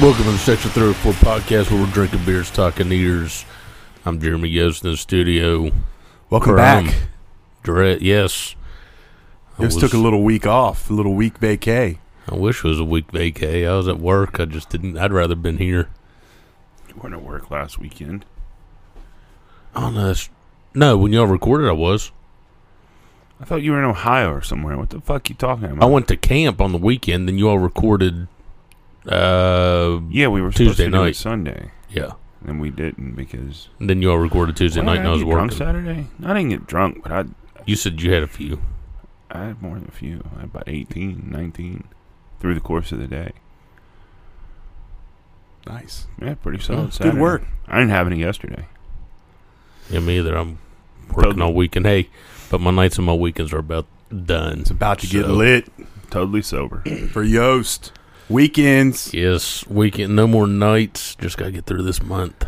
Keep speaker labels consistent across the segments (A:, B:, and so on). A: Welcome to the Section 304 podcast where we're drinking beers, talking eaters. I'm Jeremy Yost in the studio.
B: Welcome
A: Crum.
B: back.
A: Dre- yes. I
B: Just
A: was-
B: took a little week off, a little week vacay.
A: I wish it was a week vacay. I was at work. I just didn't. I'd rather been here.
C: You weren't at work last weekend.
A: Oh, no. that's- No, when y'all recorded, I was.
C: I thought you were in Ohio or somewhere. What the fuck you talking
A: I
C: about?
A: went to camp on the weekend, then y'all recorded. Uh,
C: yeah, we were
A: Tuesday
C: supposed to do
A: night.
C: it Sunday,
A: yeah.
C: and we didn't because
A: And then y'all recorded Tuesday
C: Why
A: night,
C: did
A: and I was
C: get drunk
A: working.
C: Saturday. I didn't get drunk, but I
A: You said you had a few.
C: I had more than a few. I had about 18, 19 through the course of the day.
B: Nice.
C: Yeah, pretty solid.
A: good
C: Saturday.
B: work.
C: I didn't have any yesterday.
A: Yeah, me either. I'm working
C: Totally.
A: all weekend. Hey, but my nights and my weekends are about done.
B: It's about to get
A: So-
B: lit
C: Totally sober.
B: for Yost. Weekends.
A: Yes, weekend. No more nights. Just gotta get through this month.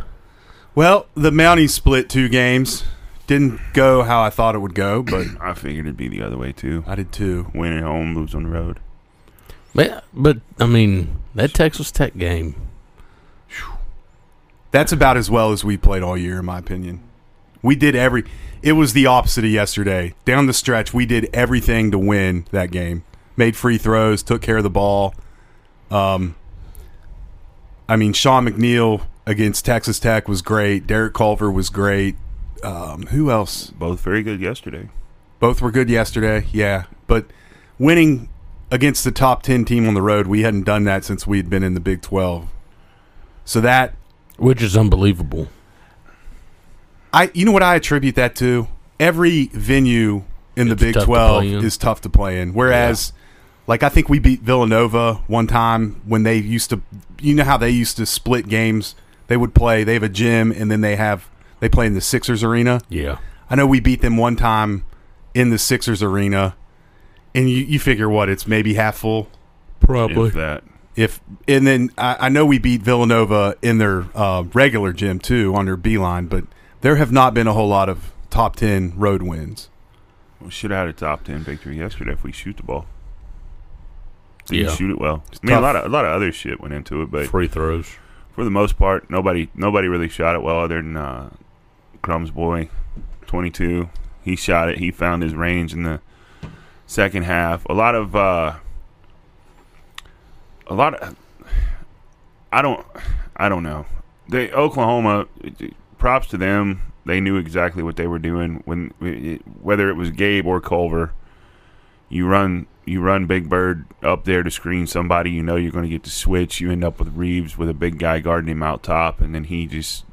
B: Well, the Mounties split two games. Didn't go how I thought it would go, but
C: I figured it'd be the other way too.
B: I did too.
C: Win at home, lose on the road.
A: But, but I mean, that Texas Tech game.
B: That's about as well as we played all year, in my opinion. We did every. It was the opposite of yesterday. Down the stretch, we did everything to win that game. Made free throws, took care of the ball. Um, I mean, Sean McNeil against Texas Tech was great. Derek Culver was great. Um, who else?
C: Both very good yesterday.
B: Both were good yesterday, yeah. But winning against the top 10 team on the road, we hadn't done that since we had been in the Big 12. So that
A: Which is unbelievable.
B: I you know what I attribute that to? Every venue in the
A: It's
B: Big
A: tough to
B: 12
A: play in.
B: is tough to play in. Whereas like I think we beat Villanova one time when they used to you know how they used to split games. They would play, they have a gym and then they have they play in the Sixers arena.
A: Yeah.
B: I know we beat them one time in the Sixers arena, and you, you figure what it's maybe half full.
A: Probably.
C: If that.
B: If and then I, I know we beat Villanova in their uh, regular gym too on their beeline, but there have not been a whole lot of top ten road wins.
C: We should have had a top ten victory yesterday if we shoot the ball. Didn't
A: Yeah.
C: shoot it well. I mean,
B: tough.
C: a lot of a lot of other shit went into it, but
A: Free throws.
C: for the most part, nobody nobody really shot it well other than uh, Crumb's boy, twenty two. He shot it. He found his range in the second half. A lot of uh, a lot of I don't I don't know. They Oklahoma. Props to them. They knew exactly what they were doing when whether it was Gabe or Culver. You run you run Big Bird up there to screen somebody. You know you're going to get to switch. You end up with Reeves with a big guy guarding him out top, and then he just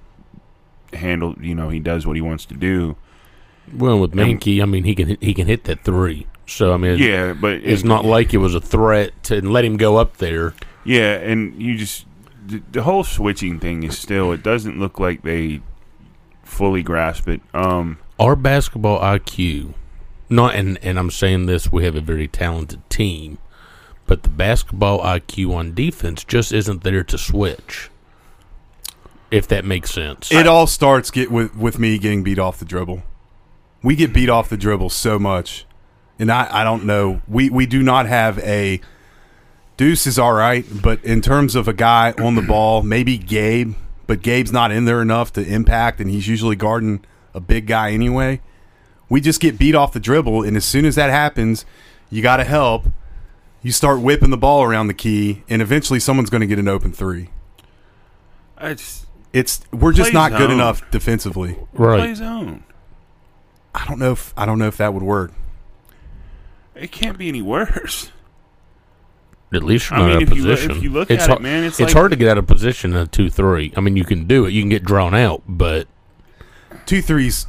C: handle. You know he does what he wants to do.
A: Well, with Mankey, I mean, he can hit- he can hit that three. So I mean, it's,
C: Yeah, but
A: it's not like it was a threat to let him go up there.
C: Yeah, and you just the, the whole switching thing is still. It doesn't look like they fully grasp it. Um,
A: Our basketball IQ, not and and I'm saying this, we have a very talented team, but the basketball IQ on defense just isn't there to switch. If that makes sense.
B: It all starts get with with me getting beat off the dribble. We get beat off the dribble so much, and I I don't know. We we do not have a Deuce is all right, but in terms of a guy on the ball, maybe Gabe, but Gabe's not in there enough to impact, and he's usually guarding a big guy anyway. We just get beat off the dribble, and as soon as that happens, you got to help. You start whipping the ball around the key, and eventually someone's going to get an open three.
C: It's
B: It's we're just
C: Play
B: not good
C: zone.
B: enough defensively.
C: play
A: Right.
C: zone.
B: I don't know if I don't know if that would work.
C: It can't be any worse.
A: At least you're
C: I
A: not
C: mean,
A: out of
C: if you loo- if
A: position.
C: you look
A: it's
C: at it,
A: hard,
C: man, it's like-
A: hard to get out of position in a two three. I mean, you can do it. You can get drawn out, but
B: Two threes.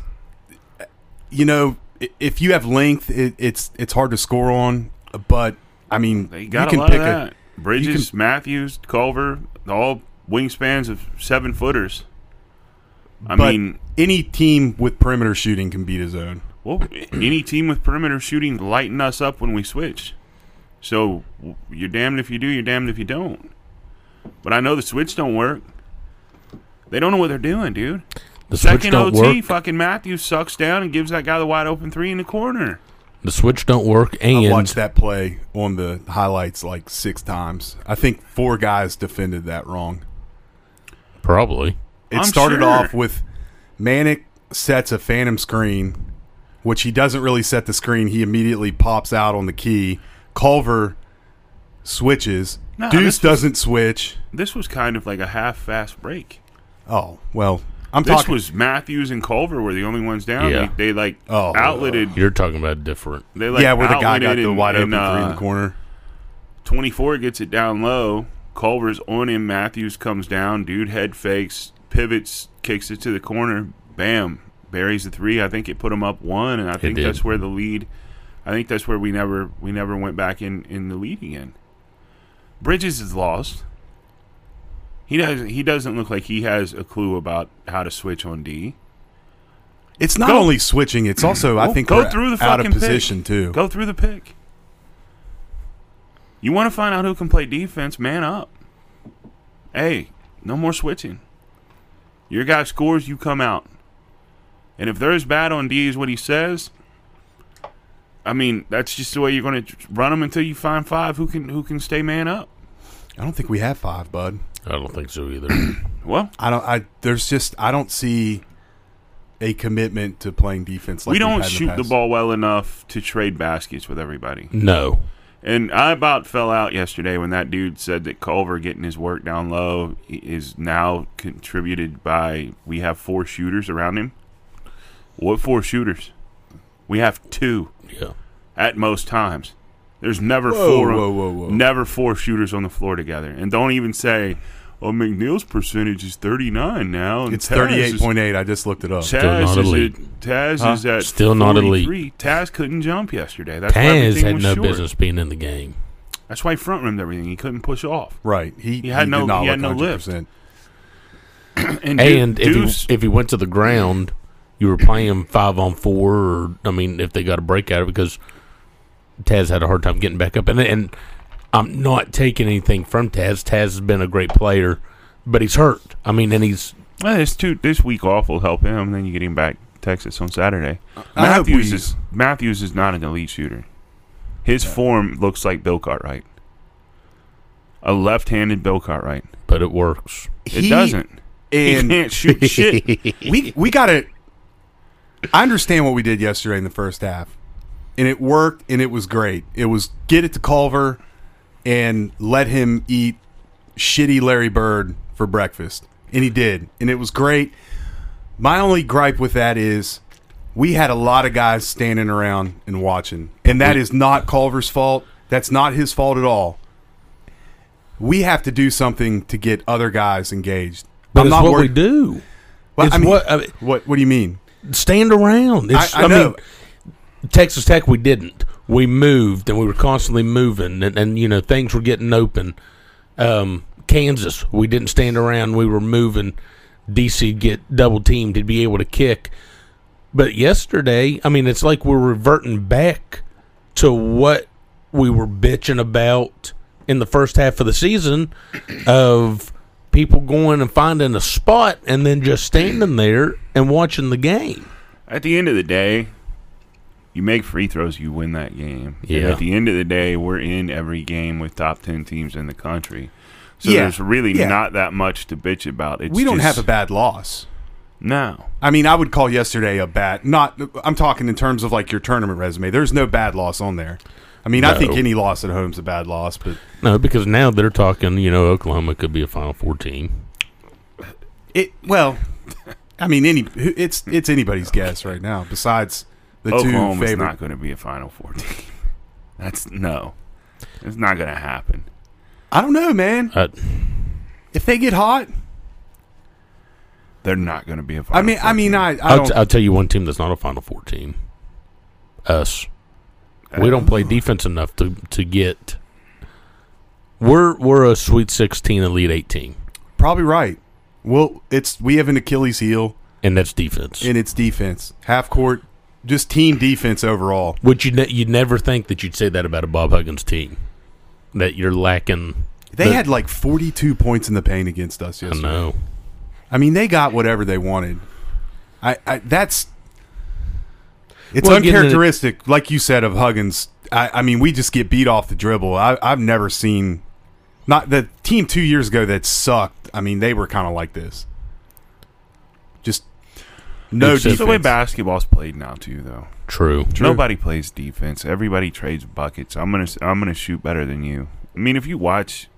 B: You know, i- if you have length, it, it's it's hard to score on. But I mean,
C: They got
B: you can
C: a lot
B: pick
C: of that.
B: a
C: Bridges, Matthews, Culver, all wingspans of seven footers. I
B: but
C: mean,
B: any team with perimeter shooting can beat a zone.
C: well, any team with perimeter shooting lighten us up when we switch. So w- you're damned if you do, you're damned if you don't. But I know the switch don't work. They don't know what they're doing, dude.
A: the switch
C: Second
A: don't
C: OT,
A: work.
C: fucking Matthews sucks down and gives that guy the wide open three in the corner.
A: The switch don't work,
B: I
A: and
B: watched that play on the highlights like six times. I think four guys defended that wrong.
A: probably
B: It
C: I'm
B: started
C: sure.
B: off with Manic sets a phantom screen, which he doesn't really set the screen. He immediately pops out on the key. Culver switches.
C: No, this
B: Deuce
C: was-
B: doesn't switch.
C: This was kind of like a half-fast break.
B: Oh well, I'm
C: This
B: talking.
C: was Matthews and Culver were the only ones down.
A: Yeah.
C: They, they like
B: Oh.
C: outletted.
A: you're talking about different.
C: They like
B: yeah, where the guy got
C: outletted
B: the
C: and-
B: wide open
C: and,
B: three in the
C: uh,
B: corner.
C: 24 gets it down low. Culver's on him. Matthews comes down. Dude head fakes, pivots, kicks it to the corner. Bam. Buries the three. I think it put him up one, and I think
A: did.
C: that's where the lead. I think that's where we never we never went back in in the lead again. Bridges is lost. He doesn't he doesn't look like he has a clue about how to switch on D.
B: It's not
C: go-
B: only switching; it's also I
C: Well,
B: think
C: go
B: we're
C: through the
B: out of
C: fucking pick.
B: position too.
C: Go through the pick. You want to find out who can play defense, man up. Hey, no more switching. Your guy scores, you come out. And if there's bad on D is what he says, I mean, that's just the way you're going to run them until you find five who can who can stay man up.
B: I don't think we have five, bud.
A: I don't think so either.
C: Well,
B: I don't. I there's just I don't see a commitment to playing defense. like
C: we
B: we've
C: don't
B: had in
C: shoot the,
B: past.
C: ball well enough to trade baskets with everybody.
A: no,
C: And I about fell out yesterday when that dude said that Culver getting his work down low i- is now contributed by we have four shooters around him. What four shooters? We have two
A: yeah,
C: at most times. There's never
B: Whoa,
C: four
B: whoa, whoa, whoa.
C: never four shooters on the floor together. And don't even say, "Oh, McNeil's percentage is 39 now." And
B: It's
C: Taz
B: thirty-eight
C: is-
B: point eight. I just looked it up.
C: Taz
A: not
C: is
A: elite.
C: at Taz is at
A: Still not elite.
C: 43. Taz couldn't jump yesterday. That's why
A: Taz
C: everything
A: had
C: was
A: no
C: short.
A: business being in the game.
C: That's why he front rimmed everything. He couldn't push off.
B: Right. He,
C: He had
B: did
C: no-
B: Not
C: he had
B: look
C: no lift.
B: 100%.
C: And, Du-
A: And
C: Deuce,
A: if he, if he went to the ground, you were playing five on four, or I mean, if they got a break out of it, because Taz had a hard time getting back up. And and I'm not taking anything from Taz. Taz has been a great player, but he's hurt. I mean, and he's
C: well, this two this week off will help him. And then you get him back to Texas on Saturday.
B: I hope
C: Matthews
B: we-
C: is Matthews is not an elite shooter. His form looks like Bill Cartwright, a left-handed Bill Cartwright.
A: but it works.
C: It
B: He-
C: doesn't. he
B: And
C: can't shoot shit.
B: we we got it. I understand what we did yesterday in the first half, and it worked, and it was great. It was get it to Culver, and let him eat shitty Larry Bird for breakfast, and he did, and it was great. My only gripe with that is we had a lot of guys standing around and watching, and that is not Culver's fault. That's not his fault at all. We have to do something to get other guys engaged.
A: But it's
B: not
A: what
B: worried.
A: we do.
B: Well,
A: It's
B: I mean,
A: what- I mean-
B: what? What do you mean?
A: Stand around. It's,
B: I- I know.
A: mean, Texas Tech, we didn't. We moved, and we were constantly moving, and, and you know things were getting open. Um, Kansas, we didn't stand around. We were moving. DC get double teamed to be able to kick. But yesterday, I mean, it's like we're reverting back to what we were bitching about in the first half of the season of people going and finding a spot and then just standing there and watching the game.
C: At the end of the day, you make free throws, you win that game. And
A: Yeah.
C: at the end of the day, we're in every game with top ten teams in the country. So
B: Yeah.
C: there's really
B: Yeah.
C: not that much to bitch about. It's
B: we don't
C: just-
B: have a bad loss.
C: no.
B: I mean, I would call yesterday a bad. Not. I'm talking in terms of like your tournament resume. There's no bad loss on there. I mean, I think
A: No.
B: any loss at home's a bad loss, but
A: No, because now they're talking. You know, Oklahoma could be a Final Four team.
B: it well, I mean, any who- it's it's anybody's guess right now. Besides the two
C: Oklahoma's
B: favorite,
C: not going to be a Final Four team. That's no, it's not going to happen.
B: I don't know, man.
A: Uh,
B: If they get hot,
C: They're not going to be a Final
B: I mean,
C: Four
B: I mean,
C: team.
B: I I
A: I'll, t-
B: don't.
A: I'll tell you one team that's not a Final Four team. Us. We don't
B: Uh.
A: play defense enough to to get. We're we're a Sweet Sixteen, Elite Eighteen,
B: Probably right. Well, it's we have an Achilles heel
A: and that's defense.
B: in its defense, half court, just team defense overall.
A: Which you ne- you'd never think that you'd say that about a Bob Huggins team, that you're lacking.
B: They
A: the-
B: had like 42 points in the paint against us
A: I
B: yesterday.
A: know.
B: I mean, they got whatever they wanted. I, I that's it's
A: Well, again,
B: uncharacteristic, like you said, of Huggins. I, I mean, we just get beat off the dribble. I, I've never seen not the team two years ago that sucked. I mean, they were kind of like this. Just no
A: Except-
C: It's
B: defense.
C: the way basketball's played now too, though.
A: True.
C: Nobody plays defense. Everybody trades buckets. I'm gonna I'm gonna shoot better than you. I mean, if you watch,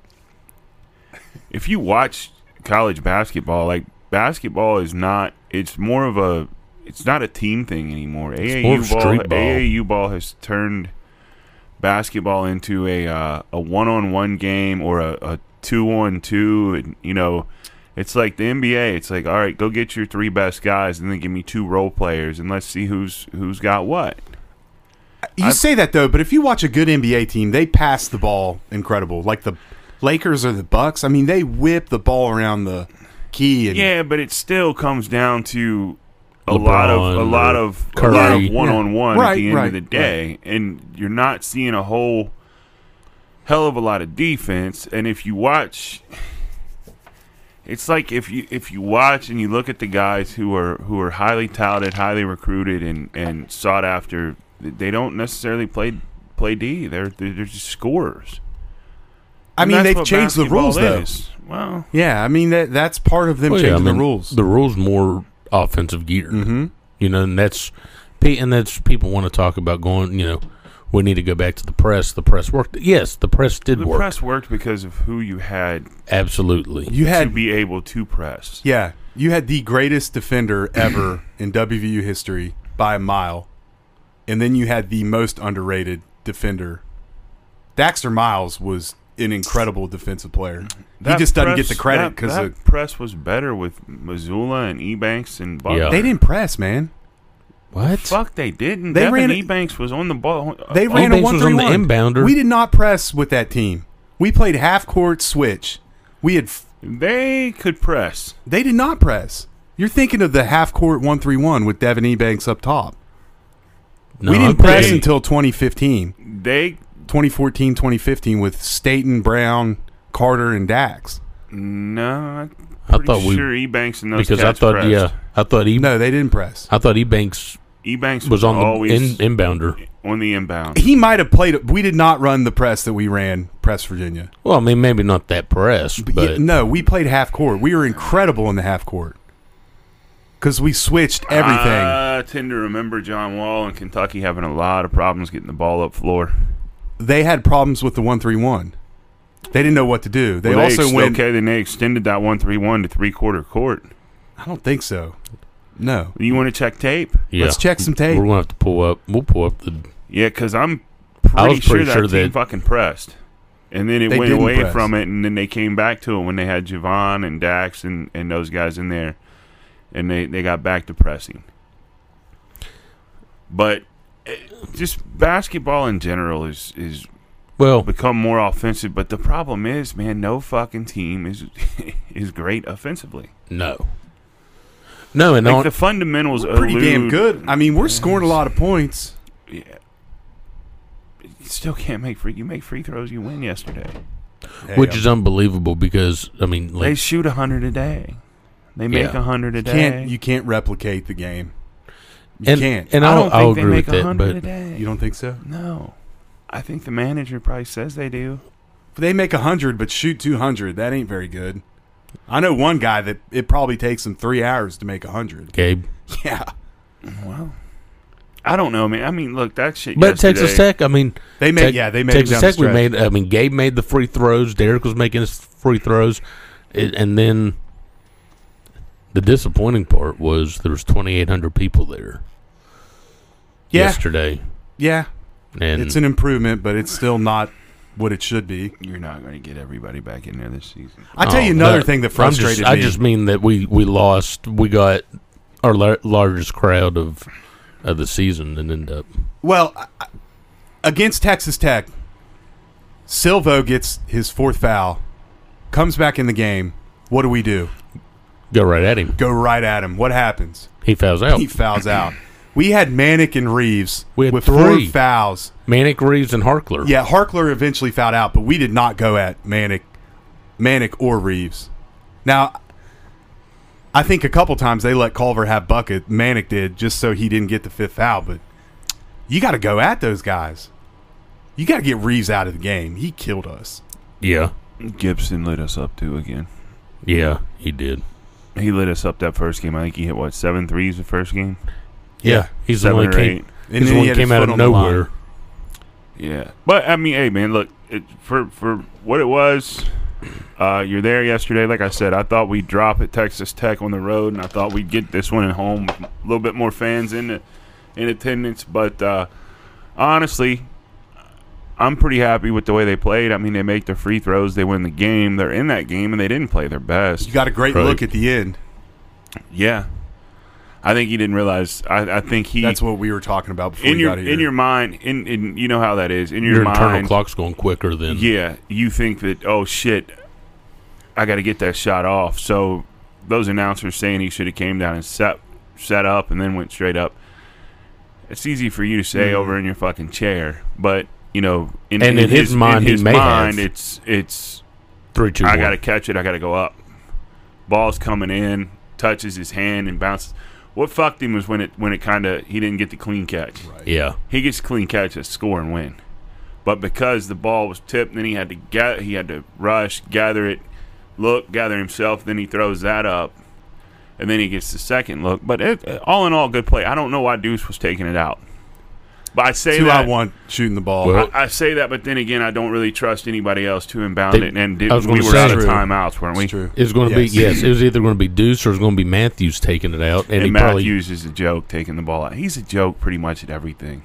C: if you watch college basketball, like basketball is not. It's more of a. It's not a team thing anymore.
A: more of
C: AAU ball,
A: street ball.
C: AAU ball has turned basketball into a uh, a one on one game or a, a two on two. And you know, it's like the NBA. It's like all right, go get your three best guys, and then give me two role players, and let's see who's who's got what.
B: You
C: I've-
B: say that though, but if you watch a good NBA team, they pass the ball incredible. Like the Lakers or the Bucks. I mean, they whip the ball around the key and
C: Yeah, but it still comes down to a lot of a
A: LeBron
C: lot
A: or
C: of a lot
A: Curry.
C: of one on one
B: Yeah.
C: at the
B: Right,
C: end
B: right,
C: of the day, and you're not seeing a whole hell of a lot of defense. And if you watch, it's like if you if you watch and you look at the guys who are who are highly touted, highly recruited, and and sought after, they don't necessarily play play D. They're they're they're just scorers.
B: I
C: And
B: mean,
C: that's
B: they've
C: what
B: changed the
C: basketball
B: rules, though.
C: is. Well,
B: Yeah, I mean that that's part of them
A: Well, Oh, yeah,
B: changing
A: I mean,
B: the rules.
A: The rules more offensive geared. Mm-hmm. You know, and that's pe- and that's people want to talk about going. You know, we need to go back to the press. The press worked. Yes, the press did
C: the
A: work.
C: press worked because of who you had
A: Absolutely.
B: you
C: to
B: had
C: be able to press.
B: yeah, you had the greatest defender ever in WVU history by a mile, and then you had the most underrated defender. Daxter Miles was an incredible defensive player.
C: That
B: he just doesn't get
C: press-
B: the credit
C: that-
B: because
C: that press was better with Missoula and Ebanks and Butler.
A: Yeah.
B: they didn't press, man.
A: What?
C: Fuck, they didn't.
B: They
C: Devin
B: ran it-
C: Ebanks was on the ball.
B: They
C: Oh,
B: ran a
A: Ebanks
B: one
A: was on the inbounder.
B: We did not press with that team. We played half court switch. We had f-
C: They could press.
B: They did not press. You're thinking of the half court one three one with Devin Ebanks up top.
A: No,
B: we
A: I'm
B: didn't press
A: thinking-
B: until 2015,
C: They
B: 2014, 2015 with Staten, Brown, Carter, and Dax.
C: no.
A: I
C: I'm
A: thought we-
C: pretty sure Ebanks and those
A: because I
C: cats
A: thought
C: pressed.
A: yeah, I thought he
B: No, they didn't press.
A: I thought Ebanks
C: Ebanks
A: was on the
C: always
A: in, inbounder.
C: on the inbound.
B: He might have played. We did not run the press that we ran, press Virginia.
A: Well, I mean, maybe not that press,
B: But
A: but,
B: yeah, no, we played half court. We were incredible in the half court because we switched everything.
A: Uh,
C: I tend to remember John Wall and Kentucky having a lot of problems getting the ball up floor.
B: they had problems with the one three one. They didn't know what to do. They
C: Well,
B: also
C: ex-
B: went.
C: okay. Then they extended that one three one to three quarter court.
B: I don't think so. No.
C: You want to check tape?
A: yeah.
B: Let's check some tape.
A: We're gonna have to pull up. We'll pull up the.
C: Yeah, because I'm
A: I
C: pretty,
A: was
C: sure
A: pretty
C: that
A: sure
C: team
A: that-
C: fucking pressed, and then it
B: They
C: went
B: didn't
C: away
B: press.
C: from it, and then they came back to it when they had Javon and Dax and, and those guys in there, and they they got back to pressing. But it, just basketball in general is is
A: Well,
C: become more offensive. But the problem is, man, no fucking team is is great offensively.
A: no, no, and
C: Like
A: on,
C: the fundamentals are
B: pretty damn good. I mean, we're scoring a lot of points.
C: Yeah. You still can't make free. You make free throws. You win yesterday.
A: which is unbelievable because I mean,
C: They
A: like,
C: shoot 100 a day. They make
A: Yeah.
C: a 100 a
B: you
C: day.
B: can't you can't replicate the game. You
A: and,
B: can't.
A: and
C: I
A: I'll,
C: don't think
A: I'll
C: they
A: agree
C: make
A: with that,
C: 100 a
A: but
C: day.
B: you don't think so?
C: No. I think the manager probably says they do.
B: They make hundred, but shoot two hundred. That ain't very good. I know one guy that it probably takes him three hours to make hundred.
A: Gabe,
B: Yeah,
C: Well, I don't know, man. I mean, look, that shit.
A: But
C: yesterday,
A: Texas Tech, I mean,
B: They made
A: Tex-
B: yeah they made
A: Texas
B: it down the
A: Tech. We
B: stretch.
A: made. I mean, Gabe made the free throws. Derek was making his free throws, It- and then the disappointing part was there was twenty eight hundred people there
B: yeah
A: yesterday,
B: yeah
A: and
B: it's an improvement, but it's still not what it should be.
C: You're not going to get everybody back in there this season.
B: I tell
A: Oh,
B: you another
A: no,
B: thing that
A: I'm just-
B: frustrated
A: I
B: me.
A: just mean that we we lost. We got our lar- largest crowd of of the season and end up.
B: well, I- I- against Texas Tech, Silvo gets his fourth foul, comes back in the game. What do we do?
A: Go right at him.
B: Go right at him. What happens?
A: He fouls out.
B: He fouls out. We had Manic and Reeves
A: We had
B: with
A: three.
B: four fouls.
A: Manic Reeves and Harkler.
B: Yeah, Harkler eventually fouled out, but we did not go at Manic, Manic or Reeves. Now, I think a couple times they let Culver have bucket. Manic did just so he didn't get the fifth foul. But you got to go at those guys. You got to get Reeves out of the game. He killed us.
A: yeah,
C: Gibson lit us up too again.
A: yeah. He did.
C: He lit us up that first game. I think he hit what seven threes the first game.
A: Yeah, he's the
C: Seven
A: one that
C: or
A: came.
C: eight.
B: And
A: he's the
B: then
A: one
B: he
A: that
B: had his
A: came out
B: foot
A: of
B: on the line.
A: nowhere.
C: Yeah, but I mean, hey, man, look it, for for what it was. Uh, you're there yesterday. Like I said, I thought we'd drop at Texas Tech on the road, and I thought we'd get this one at home. A little bit more fans in the, in attendance, but uh, honestly, I'm pretty happy with the way they played. I mean, they make their free throws, they win the game, they're in that game, and they didn't play their best.
B: You got a great
A: Right.
B: look at the end.
C: Yeah, I think he didn't realize. I, I think he
B: That's what we were talking about before
C: in
B: we
C: your
B: got here.
C: in your mind, in, in you know how that is in your,
A: Your internal
C: mind.
A: clock's going quicker than.
C: Yeah, you think that oh shit, I got to get that shot off. So those announcers saying he should have came down and set set up and then went straight up. It's easy for you to say over in your fucking chair, but you know, in,
A: Mm-hmm. And in his mind,
C: in
A: he
C: his
A: may
C: mind,
A: have.
C: it's it's
A: Three, two,
C: I
A: one.
C: got to catch it. I got to go up. Ball's coming in, touches his hand and bounces. What fucked him was when it when it kind of he didn't get the clean catch
A: Yeah,
C: he gets a clean catch to score and win. But because the ball was tipped, then he had to get, he had to rush, gather it, look, gather himself. Then he throws that up, and then he gets the second look. But it, all in all, good play. I don't know why Deuce was taking it out, but I say
B: two
C: that
B: I one shooting the ball.
A: Well,
C: I, I say that. But then again, I don't really trust anybody else to inbound
A: They-
C: it, and did,
A: I was
C: we
A: gonna
C: were
A: say-
C: out of
B: True.
C: timeouts, weren't we?
B: It's true.
A: it was going to
B: Yes.
A: be yes. It was either going to be Deuce or it was going to be Matthews taking it out, and,
C: And,
A: he probably
C: Matthews is a joke taking the ball out. He's a joke pretty much at everything.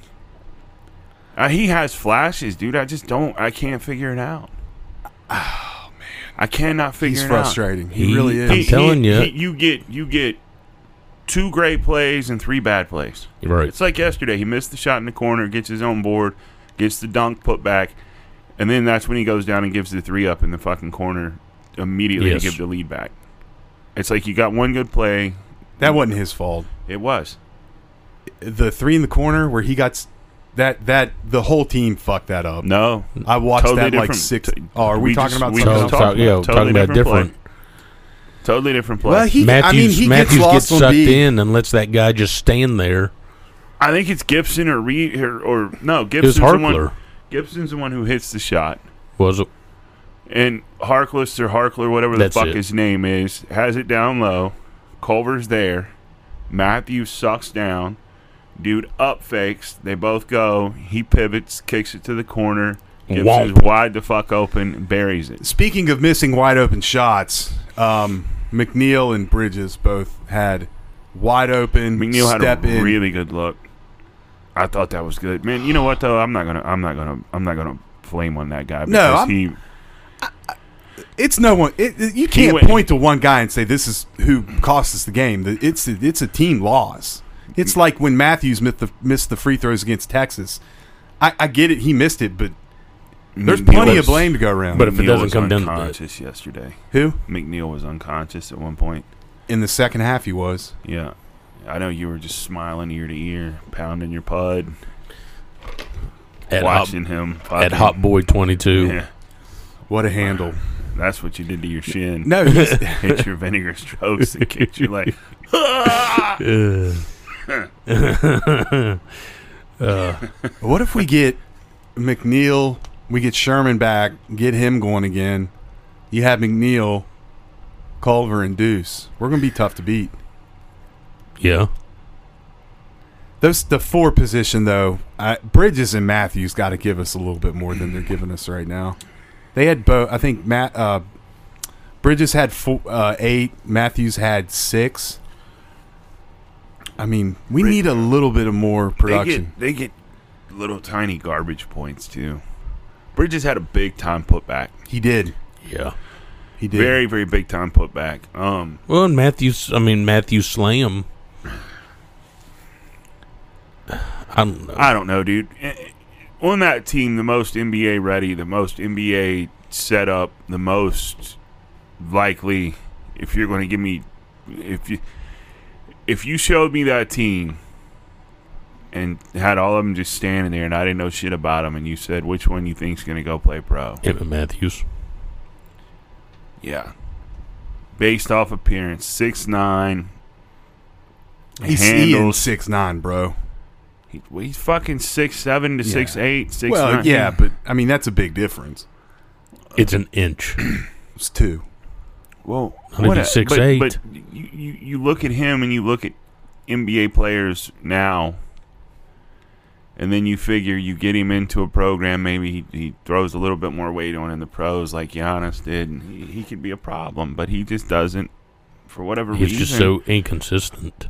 C: Uh, he has flashes, dude. I just don't. I can't figure it out. Oh man, I cannot figure
B: He's
C: it
B: frustrating.
C: out.
B: He, really is.
A: I'm telling ya.
C: you get you get two great plays and three bad plays.
A: right.
C: It's like yesterday. He missed the shot in the corner, gets his own board, gets the dunk put back, and then that's when he goes down and gives the three up in the fucking corner immediately
A: Yes.
C: to give the lead back. It's like you got one good play.
B: that wasn't his fault.
C: It was.
B: The three in the corner where he got s- that that the whole team fucked that up.
C: No,
B: I watched
C: Totally
B: that like
C: different-
B: six.
C: t-
B: Oh, are we,
C: we
B: talking
C: just-
B: about
C: we
B: something
C: just
A: So,
B: else?
C: talk-
A: talk, yeah,
C: totally
A: talking about
C: different play.
A: different.
C: totally different play.
B: Well, he.
A: Matthews,
B: I mean, he
A: Matthews
B: gets lost on
A: sucked
B: D.
A: in and lets that guy just stand there.
C: I think it's Gibson or Reed or, or no
A: It was
C: Gibson's the one.
A: Harkler,
C: Gibson's the one who hits the shot,
A: was it?
C: and Harkless or Harkler, whatever
A: That's
C: the fuck
A: it.
C: his name is, has it down low. Culver's there. Matthews sucks down. Dude up fakes. They both go. He pivots, kicks it to the corner. Gibson's
A: Womp.
C: wide the fuck open, buries it.
B: Speaking of missing wide open shots, um, McNeil and Bridges both had wide open
C: McNeil had
B: step
C: a
B: in.
C: really good look. I thought that was good, man. You know what though? I'm not gonna, I'm not gonna, I'm not gonna flame on that guy. because
B: I'm-
C: he
B: It's no one. It, it- you can't
C: went-
B: point to one guy and say this is who cost us the game. The- It's a, it's a team loss. It's like when Matthews missed the missed the free throws against Texas. I, I get it, he missed it, but there's
C: McNeil
B: plenty of
C: was-
B: blame to go around.
A: But if it
C: McNeil
A: doesn't
C: was
A: come down to that-
C: unconscious yesterday,
B: who
C: McNeil was unconscious at one point.
B: in the second half he was.
C: Yeah, I know you were just smiling ear to ear, pounding your pud,
A: At hot,
C: watching him.
A: at
C: fucking-
A: hot boy twenty two.
C: Yeah,
B: What a handle!
C: that's what you did to your shin.
B: No, he's,
C: hit your vinegar strokes and kicked your leg.
A: Ugh.
B: What if we get McNeil? We get Sherman back, get him going again. You have McNeil, Culver, and Deuce. We're gonna be tough to beat.
A: yeah,
B: Those the four position though. I, Bridges and Matthews got to give us a little bit more than they're giving us right now. They had both. I think Matt uh, Bridges had four, uh, eight. Matthews had six. I mean, we
C: Brid-
B: need a little bit of more
C: They
B: production.
C: get, they get little tiny garbage points too. Bridges had a big time putback,
B: he did.
A: Yeah.
B: He did.
C: very very big time putback. Um,
A: Well, and Matthews, I mean Matthew Slam. I don't know.
C: I don't know, dude. Eh, eh, On that team, the most NBA ready, the most NBA set up, the most likely. If you're going to give me, if you, if you showed me that team and had all of them just standing there, and I didn't know shit about them, and you said which one you think's going to go play pro,
A: Emmett Matthews.
C: yeah, based off appearance, six nine.
B: He's handles
C: handles.
B: six nine, bro.
C: He, well, he's fucking six seven to
B: Yeah.
C: six eight, six
B: well,
C: nine.
B: yeah, but I mean that's a big difference.
A: It's an inch.
B: It's two.
C: Well,
A: Hundred
C: what
A: and
C: a-
A: six
C: but,
A: eight.
C: But you, you you look at him and you look at NBA players now, and then you figure you get him into a program. Maybe he, he throws a little bit more weight on in the pros, like Giannis did, and he, he could be a problem. But he just doesn't, for whatever
A: He's
C: reason.
A: just so inconsistent.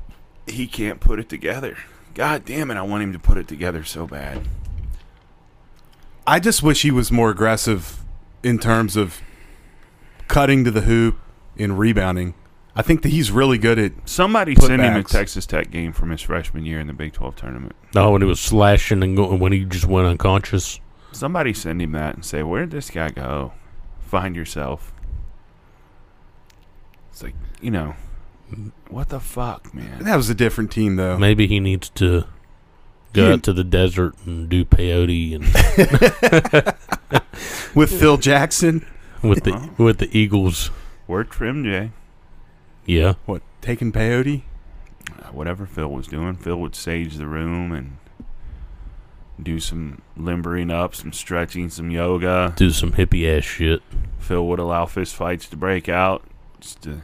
C: he can't put it together. God damn it! I want him to put it together so bad.
B: I just wish he was more aggressive in terms of cutting to the hoop and rebounding. I think that he's really good at.
C: Somebody
B: Put
C: send him a
B: backs.
C: Texas Tech game from his freshman year in the Big Twelve tournament.
A: No, Oh, when he was slashing and going, when he just went unconscious.
C: Somebody send him that and say, "Where'd this guy go? Find yourself." It's like you know, what the fuck, man.
B: That was a different team,
C: Oh.
B: though.
A: Maybe he needs to go
B: You-
A: out to the desert and do peyote and
B: With Phil Jackson,
A: with the with the Eagles.
C: Worked for MJ.
A: Yeah,
B: what taking peyote?
C: Whatever Phil was doing, Phil would sage the room and do some limbering up, some stretching, some yoga.
A: do some hippie ass shit.
C: Phil would allow fist fights to break out just to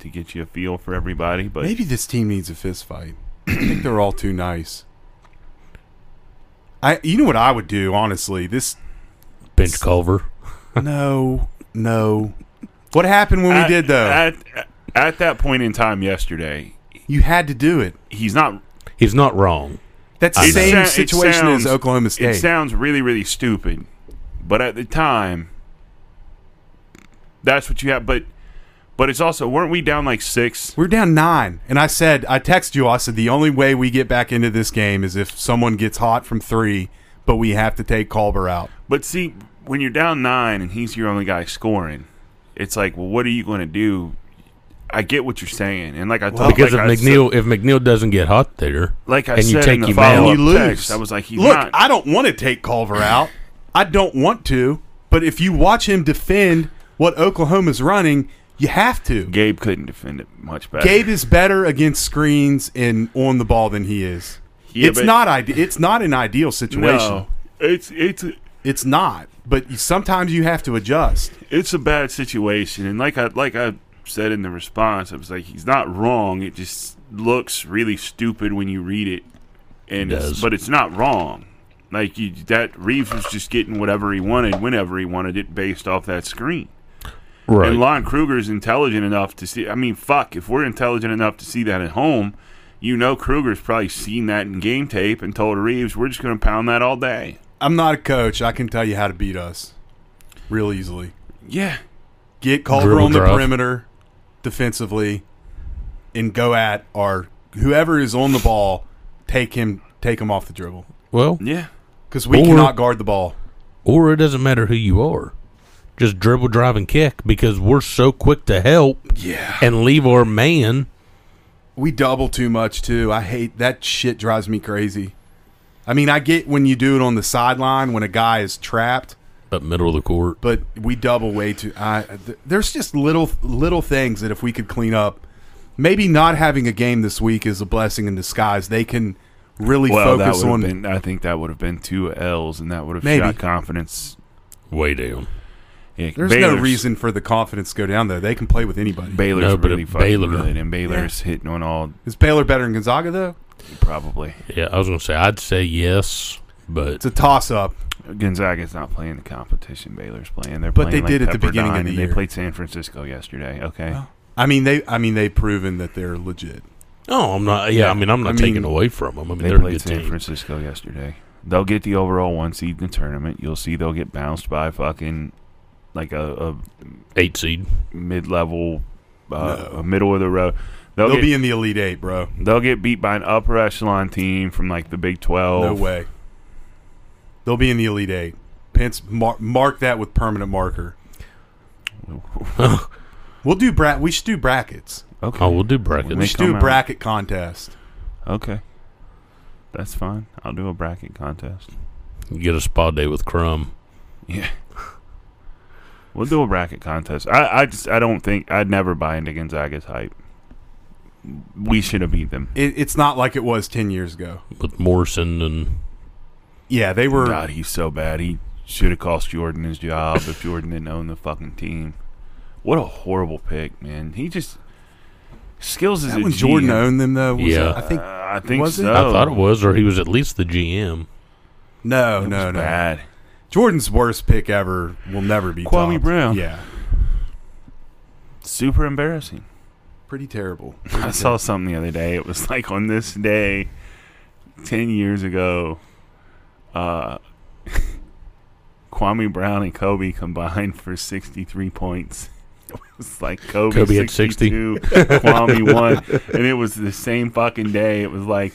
C: to get you a feel for everybody. But
B: Maybe this team needs a fist fight. I think they're all too nice. I, you know what I would do, honestly. This
A: Bench Culver.
B: no, no. What happened when we
C: at-
B: did though?
C: at, at that point in time yesterday,
B: you had to do it.
C: he's not
A: He's not wrong.
B: That's the
A: It
B: same
C: sa- it
B: situation
C: sounds-
B: as Oklahoma
C: It
B: State.
C: sounds really, really stupid, but at the time, that's what you have. But, but it's also weren't we down like six?
B: We're down nine. And I said, I text you, I said, the only way we get back into this game is if someone gets hot from three, but we have to take Culver out.
C: But see, when you're down nine and he's your only guy scoring, it's like, well, what are you going to do? I get what you're saying, and like I told,
A: Because
C: Oh, like I
A: if
C: said-
A: McNeil if McNeil doesn't get hot there,
C: like I
A: and you
C: said
A: take
C: in the
A: him out-
C: follow
B: And
C: up
B: you lose.
C: text, Oh, I was like, he's
B: Look,
C: not.
B: I don't want to take Culver out. I don't want to. But if you watch him defend what Oklahoma's running, you have to.
C: Gabe couldn't defend it much better.
B: Gabe is better against screens and on the ball than he is.
C: Yeah,
B: it's
C: but-
B: not ide- it's not an ideal situation.
C: no, it's it's
B: It's not. But you, sometimes you have to adjust.
C: it's a bad situation and like I like I said in the response, I was like he's not wrong. It just looks really stupid when you read it and
A: It
C: it's-
A: does.
C: but it's not wrong. Like you that Reeves was just getting whatever he wanted whenever he wanted it based off that screen.
A: right?
C: And Lon Kruger's intelligent enough to see I mean fuck, if we're intelligent enough to see that at home, you know Kruger's probably seen that in game tape and told Reeves, we're just gonna pound that all day.
B: I'm not a coach. I can tell you how to beat us real easily.
C: Yeah.
B: Get Culver
A: Dribble
B: on the
A: drive.
B: perimeter defensively and go at our whoever is on the ball, take him take him off the dribble.
A: well,
C: Yeah.
B: Because we
A: Or-
B: cannot guard the ball.
A: or it doesn't matter who you are. Just dribble, drive, and kick because we're so quick to help
B: Yeah.
A: and leave our man.
B: We double too much too. I hate that shit drives me crazy. I mean, I get when you do it on the sideline when a guy is trapped,
A: Up middle of the court.
B: but we double way too. I, th- there's just little little things that if we could clean up, maybe not having a game this week is a blessing in disguise. They can really
C: well, that
B: focus
C: would
B: on.
C: have Been, I think that would have been two L's, and that would have
B: Maybe.
C: shot confidence
A: Way down.
C: Yeah,
B: There's no
C: Baylor's-
B: reason for the confidence to go down though. They can play with anybody.
C: Baylor's
A: No, but
C: really
A: if
C: fucking
A: Baylor-
C: good, and Baylor's hitting on all
B: Is Baylor better than Gonzaga though?
C: probably.
A: Yeah, I was gonna say I'd say yes, but
B: It's a toss up.
C: Gonzaga's not playing the competition. Baylor's playing. They're
B: But
C: playing
B: they
C: like
B: did at the beginning of
C: Pepperdine,
B: the
C: and
B: year.
C: They played San Francisco yesterday. Okay,
B: Oh. I mean they I mean they've proven that they're legit.
A: no, I'm not. Yeah, I mean I'm not
B: I
A: taking
B: mean,
A: away from them. I mean
C: they
A: they are a
C: played
A: good
C: San
A: team.
C: Francisco yesterday. They'll get the overall one seed in the tournament. You'll see they'll get bounced by fucking like a,
A: Eight seed.
C: a mid level, uh,
B: No.
C: a middle of the road. They'll,
B: They'll
C: get,
B: be in the Elite Eight, bro.
C: they'll get beat by an upper echelon team from like the Big Twelve.
B: No way. They'll be in the Elite Eight. Pence, mar- mark that with permanent marker. We'll do bra- We should do brackets.
C: okay,
A: Oh, we'll do brackets.
C: They
B: We should do
C: come
B: a
C: out.
B: bracket contest.
C: okay, that's fine. I'll do a bracket contest.
A: Get a spa day with Crumb.
C: Yeah. We'll do a bracket contest. I, I just I don't think I'd never buy into Gonzaga's hype. We should have beat them.
B: It, it's not like it was ten years ago.
A: with Morrison and
B: Yeah, they were.
C: God, he's so bad. He should have cost Jordan his job if Jordan didn't own the fucking team. What a horrible pick, man. He just skills is
B: that
C: a
B: when Jordan
C: GM.
B: owned them though. was it-
A: Yeah.
B: I think
C: Uh, I think
B: was it?
C: so.
A: I thought it was, or he was at least the GM.
B: no,
C: It was
B: no, no.
C: Bad.
B: Jordan's worst pick ever will never be
C: Kwame
B: topped.
C: Brown.
B: Yeah,
C: Super embarrassing.
B: pretty terrible.
C: I saw something the other day. It was like on this day, ten years ago, uh, Kwame Brown and Kobe combined for sixty-three points. It was like Kobe,
A: Kobe had 60.
C: 62, Kwame one, and it was the same fucking day. It was like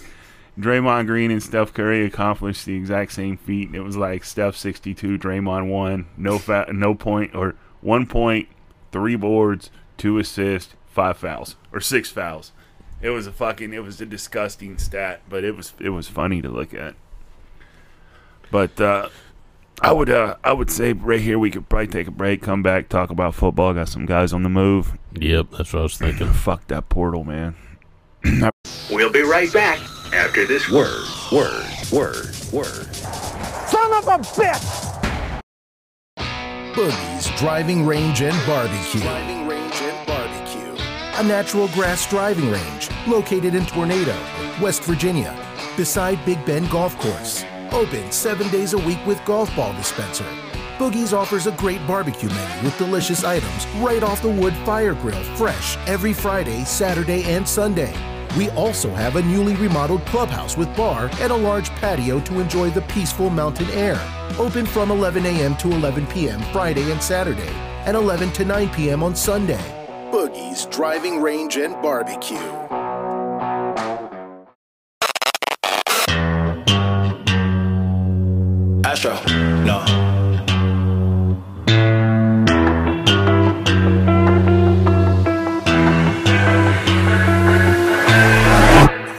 C: Draymond Green and Steph Curry accomplished the exact same feat, and it was like Steph sixty-two, Draymond one, no fa- no point or one point, three boards, two assists, five fouls or six fouls. It was a fucking it was a disgusting stat, but it was it was funny to look at. But uh I would uh I would say right here we could probably take a break, come back, talk about football, got some guys on the move.
A: Yep, that's what I was thinking.
C: Fuck that portal, man.
D: We'll be right back after this word, word, word, word.
E: Boogie's Driving Range and Barbecue.
D: Driving range and barbecue.
E: A natural grass driving range located in Tornado, West Virginia, beside Big Bend Golf Course. Open seven days a week with golf ball dispenser. Boogie's offers a great barbecue menu with delicious items right off the wood fire grill, fresh every Friday, Saturday, and Sunday. We also have a newly remodeled clubhouse with bar and a large patio to enjoy the peaceful mountain air. Open from 11 a.m. to 11 p.m. Friday and Saturday, and 11 to 9 p.m. on Sunday. Boogie's Driving Range and Barbecue.
D: Astro. No.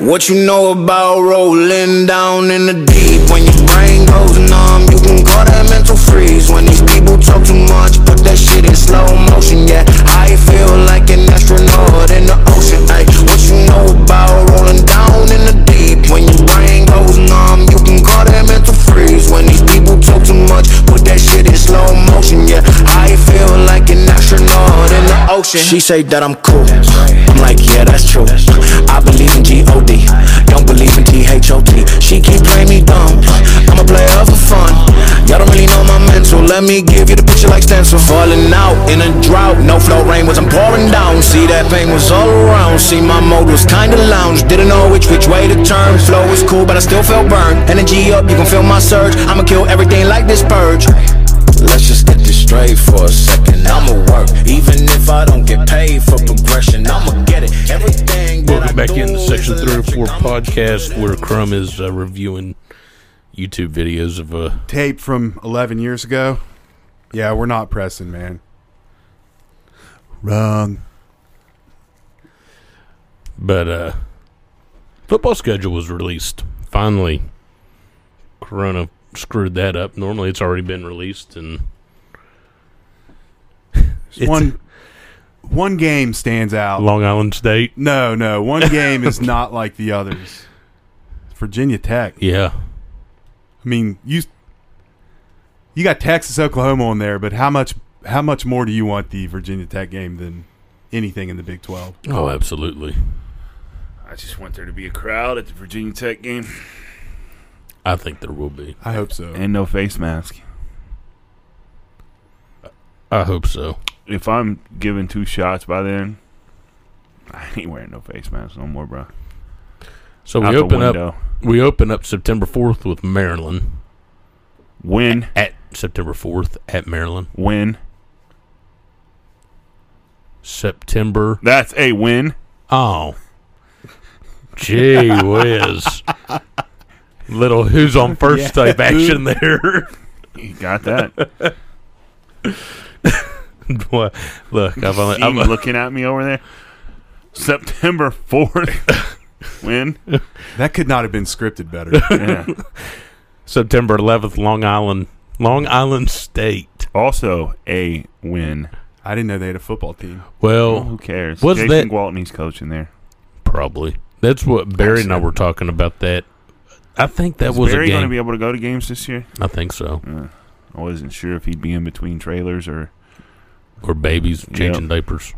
F: What you know about rolling down in the deep? When your brain goes numb, you can call that mental freeze. When these people talk too much, put that shit in slow motion. Yeah, I feel like an astronaut in the ocean. Ay, what you know about rolling down in the deep? When your brain goes numb, you can call that mental freeze. When these people talk too much, put that shit in slow motion. Yeah, I feel like an astronaut in the ocean. She say that I'm cool. I'm like, yeah, that's true. I believe in G-O-D. Don't believe in T-H-O-T. She keep playing me dumb. I'm a player for fun. Y'all don't really know my mental. Let me give you the picture like stencil. Falling out in a drought. No flow rain wasn't pouring down. See that pain was all around. See my mode was kinda lounge. Didn't know which which way to turn. Flow was cool, but I still felt burned. Energy up, you can feel my surge. I'ma kill everything like this purge. Let's just get this straight for a second. I'ma work, even if I don't get paid for progression. I'ma get it. Everything. that
A: Welcome
F: I
A: back
F: do
A: in to
F: is
A: Section 304
F: electric. I'ma
A: podcast where Crumb is uh, reviewing YouTube videos of uh,
B: Tape from eleven years ago. Yeah, we're not pressing, man. Wrong.
A: But uh football schedule was released. Finally. Corona screwed that up. Normally it's already been released and It's-
B: one one game stands out.
A: Long Island State.
B: No, no, one game is not like the others. Virginia Tech.
A: Yeah.
B: I mean, you you got Texas, Oklahoma on there, but how much how much more do you want the Virginia Tech game than anything in the Big Twelve?
A: Oh, absolutely.
C: I just want there to be a crowd at the Virginia Tech game
A: I think there will be.
B: I hope so.
C: and no face mask.
A: I hope so.
C: If I'm given two shots by then, I ain't wearing no face mask no more, bro.
A: So
C: Out
A: we
C: the
A: open
C: window.
A: up. We open up September fourth with Maryland
C: Win,
A: at September fourth at Maryland.
C: win.
A: September.
C: That's a win.
A: Oh, gee whiz! Little who's on first type action there.
C: You got that.
A: Boy, look, I've only,
C: See
A: I'm,
C: you looking at me over there. September fourth. win.
B: That could not have been scripted better.
C: Yeah.
A: September eleventh, Long Island, Long Island State.
C: Also a win.
B: I didn't know they had a football team.
C: Well,
A: Well,
C: who cares?
A: was
C: Jason
A: that-
C: Gwaltney's coaching there.
A: probably that's what Barry and I were talking about. That I think that
C: Is
A: was
C: Barry
A: a
C: going to
A: game.
C: be able to go to games this year?
A: I think so.
C: I wasn't sure if he'd be in between trailers or
A: Or babies changing diapers.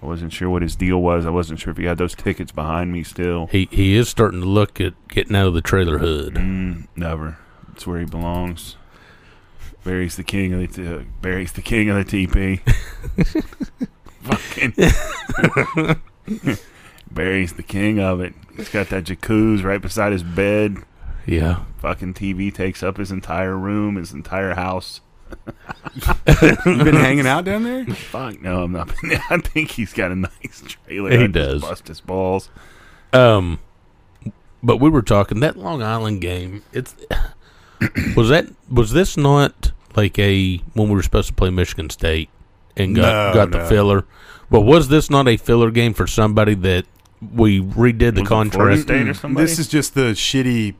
C: I wasn't sure what his deal was. I wasn't sure if he had those tickets behind me still.
A: He he is starting to look at getting out of the trailer hood.
C: Mm, never. It's where he belongs. Barry's the king of the t- Barry's the king of the TP. Fucking Barry's the king of it. He's got that jacuzzi right beside his bed.
A: Yeah.
C: Fucking TV takes up his entire room, his entire house.
B: You've been hanging out down there?
C: Fuck no, I'm not. I think he's got a nice trailer.
A: He
C: I just
A: does.
C: Bust his balls.
A: Um but we were talking that Long Island game, it's was that was this not like a when we were supposed to play Michigan State and got
B: No,
A: got the
B: no.
A: filler? Well, was this not a filler game for somebody that we redid the
C: Was it Florida
A: contract?
C: State or somebody.
B: This is just the shitty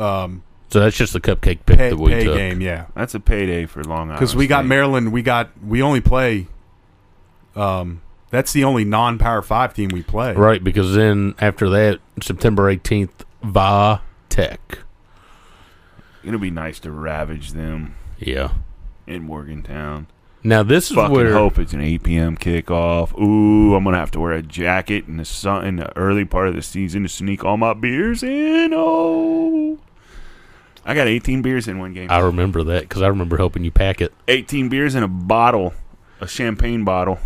B: um,
A: So that's just the cupcake pick
B: pay,
A: that we
B: pay
A: took.
B: game, yeah.
C: That's a payday for Long Island.
B: Because we got
C: State.
B: Maryland, we got we only play. Um, that's the only non-power five team we play.
A: Right, because then after that, September eighteenth, Va Tech.
C: It'll be nice to ravage them
A: Yeah.
C: in Morgantown.
A: Now this is
C: Fucking
A: where
C: hope it's an 8 p.m. kickoff. Ooh, I'm gonna have to wear a jacket in the sun in the early part of the season to sneak all my beers in. Oh, I got 18 beers in one game.
A: I remember that because I remember helping you pack it.
C: 18 beers in a bottle, a champagne bottle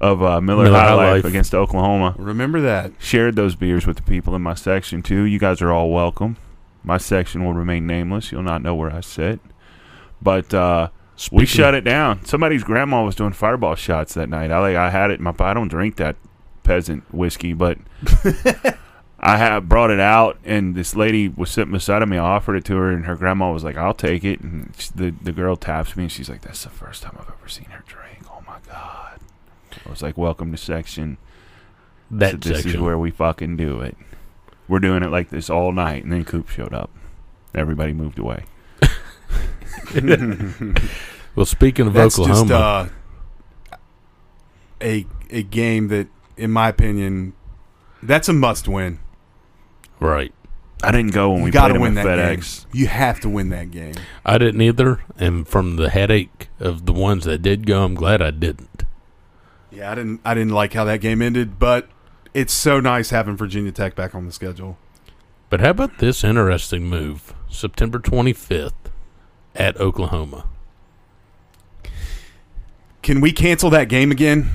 C: of uh, Miller,
A: Miller
C: High
A: High Life.
C: Life against Oklahoma.
B: Remember that.
C: shared those beers with the people in my section too. You guys are all welcome. My section will remain nameless. You'll not know where I sit. But uh, we
A: Speaking
C: shut it down. Somebody's grandma was doing fireball shots that night. I like I had it in my I don't drink that peasant whiskey, but I had brought it out and this lady was sitting beside of me. I offered it to her and her grandma was like, "I'll take it." And she, the the girl taps me and she's like, "That's the first time I've ever seen her drink. Oh my god." I was like, "Welcome to section."
A: that
C: said, this
A: section.
C: is where we fucking do it. We're doing it like this all night, and then Coop showed up. Everybody moved away.
A: well, speaking of
B: That's
A: Oklahoma,
B: just uh, a a game that, in my opinion, that's a must-win.
A: right?
C: I didn't go when
B: You
C: we
B: got
C: played
B: to
C: them
B: win
C: at
B: that
C: FedEx.
B: game. You have to win that game.
A: I didn't either, and from the headache of the ones that did go, I'm glad I didn't.
B: Yeah, I didn't. I didn't like how that game ended, but it's so nice having Virginia Tech back on the schedule.
A: But how about this interesting move? September 25th at Oklahoma.
B: Can we cancel that game again?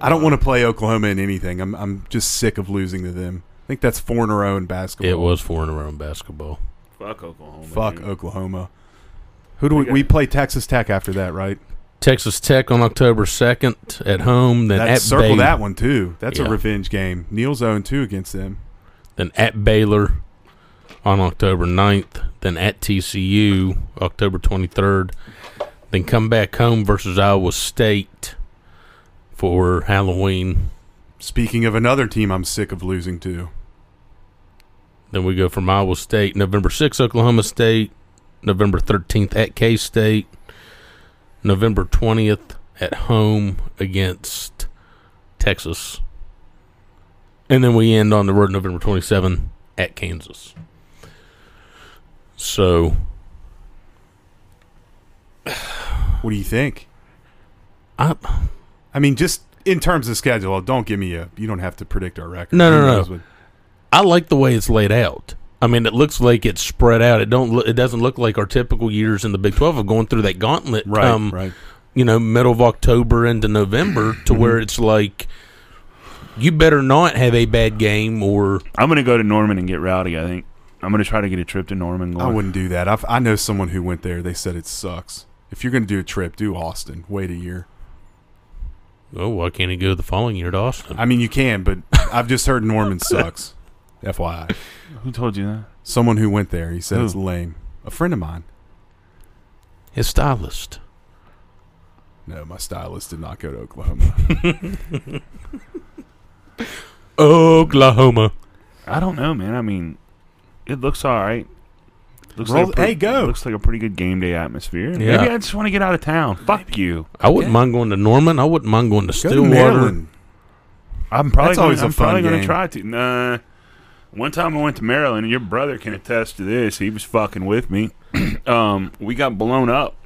B: I don't want to play Oklahoma in anything. I'm I'm just sick of losing to them. I think that's four in a row in basketball.
A: It was four in a row in basketball.
C: Fuck Oklahoma.
B: Fuck Oklahoma. Who do we, we play Texas Tech after that, right?
A: Texas Tech on October 2nd at home, then
B: That,
A: at
B: circle
A: Baylor,
B: that one too. That's
A: Yeah.
B: a revenge game. Neil's 0 2 against them.
A: then at Baylor on October 9th, then at TCU October 23rd, then come back home versus Iowa State for Halloween.
B: Speaking of another team I'm sick of losing to.
A: Then we go from Iowa State, November 6th, Oklahoma State, November 13th at K State, November 20th at home against Texas. And then we end on the road November 27th at Kansas. So
B: What do you think? I mean, just in terms of schedule, don't give me a. You don't have to predict our record.
A: No,
B: Who
A: no, no.
B: knows what-
A: I like the way it's laid out. I mean, it looks like it's spread out. It don't. loo- It doesn't look like our typical years in the Big Twelve of going through that gauntlet.
B: Right,
A: um,
B: right. Mm-hmm.
A: You know, middle of October into November, to where it's like you better not have a bad game or
C: I'm gonna go to Norman and get rowdy. I think I'm gonna try to get a trip to Norman.
B: I
C: Going.
B: wouldn't do that. I've, I know someone who went there. They said it sucks. If you're going to do a trip, do Austin. Wait a year.
A: oh, why can't he go the following year to Austin?
B: I mean, you can, but I've just heard Norman sucks. FYI,
C: Who told you that?
B: someone who went there, he said
C: Who?
B: it's lame. A friend of mine.
A: His stylist.
B: No, my stylist did not go to Oklahoma.
A: Oklahoma.
C: I don't know, man. I mean, it looks all right. Looks
B: Roll-
C: a pretty-
B: hey, go.
C: Looks like a pretty good game day atmosphere.
A: Yeah.
C: Maybe I just want to get out of town. Fuck you.
A: I wouldn't mind going to Norman. I wouldn't mind going to
B: Go to
A: Stillwater.
B: Maryland.
C: I'm probably
B: That's
C: gonna,
B: always a
C: I'm probably
B: fun
C: gonna
B: game.
C: try to. Nah. One time I went to Maryland, and your brother can attest to this. He was fucking with me. um, we got blown up.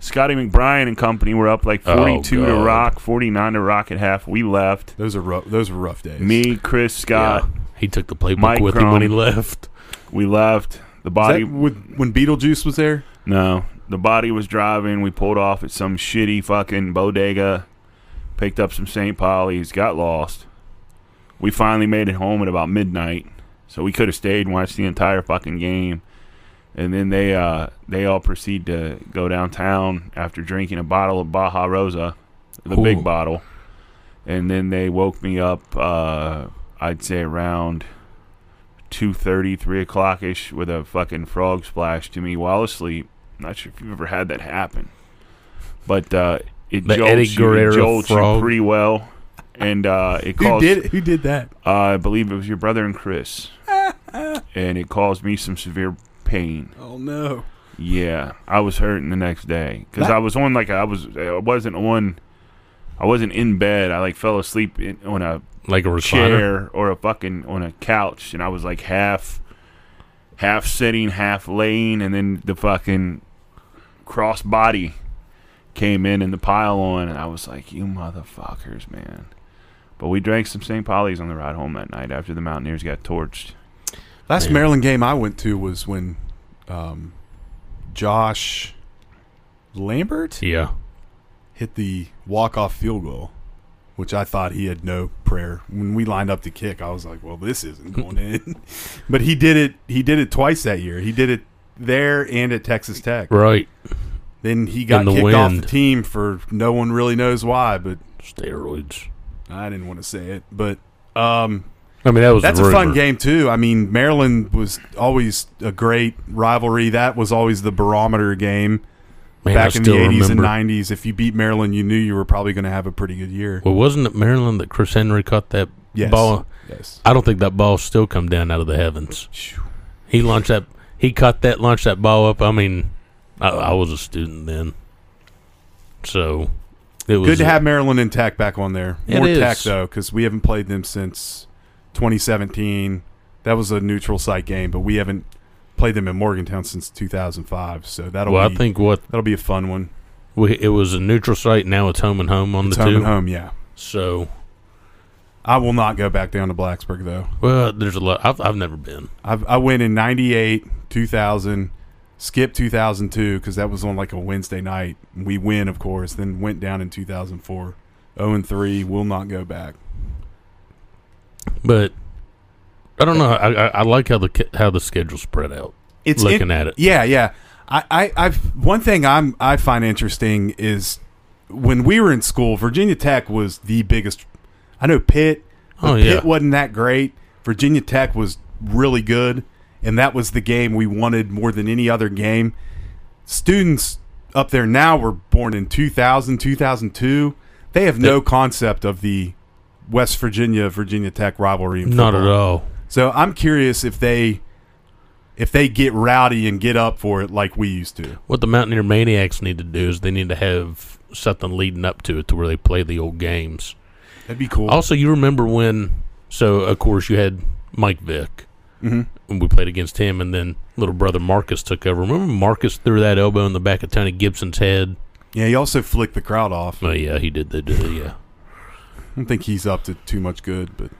C: Scotty McBrien and company were up like
A: Oh,
C: 42 to
A: God.
C: Rock, 49 to Rock at half. We left.
B: Those are rough, those were rough days.
C: Me, Chris, Scott,
A: Yeah. He took the playbook
C: Mike
A: with him when he
C: Grom.
A: left.
C: we left. The
B: Is
C: body
B: that with- when Beetlejuice was there.
C: No, the body was driving. We pulled off at some shitty fucking bodega, picked up some St. Polly's, got lost. We finally made it home at about midnight, so we could have stayed and watched the entire fucking game. And then they uh, they all proceed to go downtown after drinking a bottle of Baja Rosa, the
A: Ooh.
C: big bottle. And then they woke me up. Uh, I'd say around two thirty, three o'clock ish with a fucking frog splash to me while asleep. Not sure if you've ever had that happen, but uh, it
A: The
C: jolts
A: Eddie
C: you, it
A: Guerrero
C: jolts you
A: frog.
C: pretty well, and uh, it
B: Who
C: caused.
B: did who did that?
C: Uh, I believe it was your brother and Chris, and it caused me some severe pain.
B: Oh no!
C: Yeah, I was hurting the next day because
B: That-
C: I was on like I was I wasn't on. I wasn't in bed. I like fell asleep in, on a
A: Like a recliner.
C: chair or a fucking on a couch and I was like half half sitting, half laying and then the fucking cross body came in in the pile on and I was like, You motherfuckers, man. But we drank some St. Polly's on the ride home that night after the Mountaineers got torched.
B: Last
A: Man.
B: Maryland game I went to was when um, Josh Lambert
A: Yeah.
B: hit the walk-off field goal, which I thought he had no prayer. When we lined up to kick, I was like, "Well, this isn't going in." but he did it. He did it twice that year. He did it there and at Texas Tech.
A: Right.
B: Then he got
A: In the
B: kicked off the
A: wind.
B: team for no one really knows why, but
A: Steroids.
B: I didn't want to say it. But um,
A: I mean, that was
B: That's
A: the
B: a fun
A: rumor.
B: game too. I mean, Maryland was always a great rivalry. That was always the barometer game
A: Man, I
B: back in the
A: still
B: eighties and
A: remember.
B: nineties. If you beat Maryland, you knew you were probably going to have a pretty good year.
A: Well, wasn't it Maryland that Chris Henry caught that
B: Yes.
A: ball?
B: Yes.
A: I don't think that ball still come down out of the heavens.
B: Phew.
A: He launched that. He caught that. Launched that ball up. I mean, I, I was a student then, so it was
B: Good to
A: a-
B: have Maryland and Tech back on there.
A: It
B: More
A: is.
B: Tech though, because we haven't played them since twenty seventeen. That was a neutral site game, but we haven't played them in Morgantown since two thousand five. So that'll
A: Well,
B: be
A: I think what
B: that'll be a fun one.
A: we, it was a neutral site. Now it's home and home on
B: It's
A: the
B: home
A: two.
B: and home, yeah.
A: So
B: I will not go back down to Blacksburg though.
A: well, there's a lot. I've I've never been.
B: I've, I went in 98, 2000, skipped 2002 because that was on like a Wednesday night. We win, of course, then went down in 2004. 0 and 3, will not go back.
A: But I don't know. I, I, I like how the ca- how the schedule spread out.
B: It's
A: Looking at it.
B: Yeah, yeah. I, I, I've one thing I'm I find interesting is when we were in school, Virginia Tech was the biggest. I know Pitt. But
A: Oh, yeah.
B: Pitt wasn't that great. Virginia Tech was really good, and that was the game we wanted more than any other game. Students up there now were born in 2000, 2002. They have no concept of the West Virginia Virginia Tech rivalry. in
A: Not
B: football.
A: at all.
B: So I'm curious if they if they get rowdy and get up for it like we used to.
A: What the Mountaineer Maniacs need to do is they need to have something leading up to it to where they play the old games.
B: That'd be cool.
A: Also, you remember when? So of course you had Mike Vick.
C: Mm-hmm.
A: mm We played against him, and then little brother Marcus took over. Remember Marcus threw that elbow in the back of Tony Gibson's head
B: Yeah, he also flicked the crowd off.
A: Oh
B: I
A: yeah, he did. They did. Yeah.
B: don't think he's up to too much good, but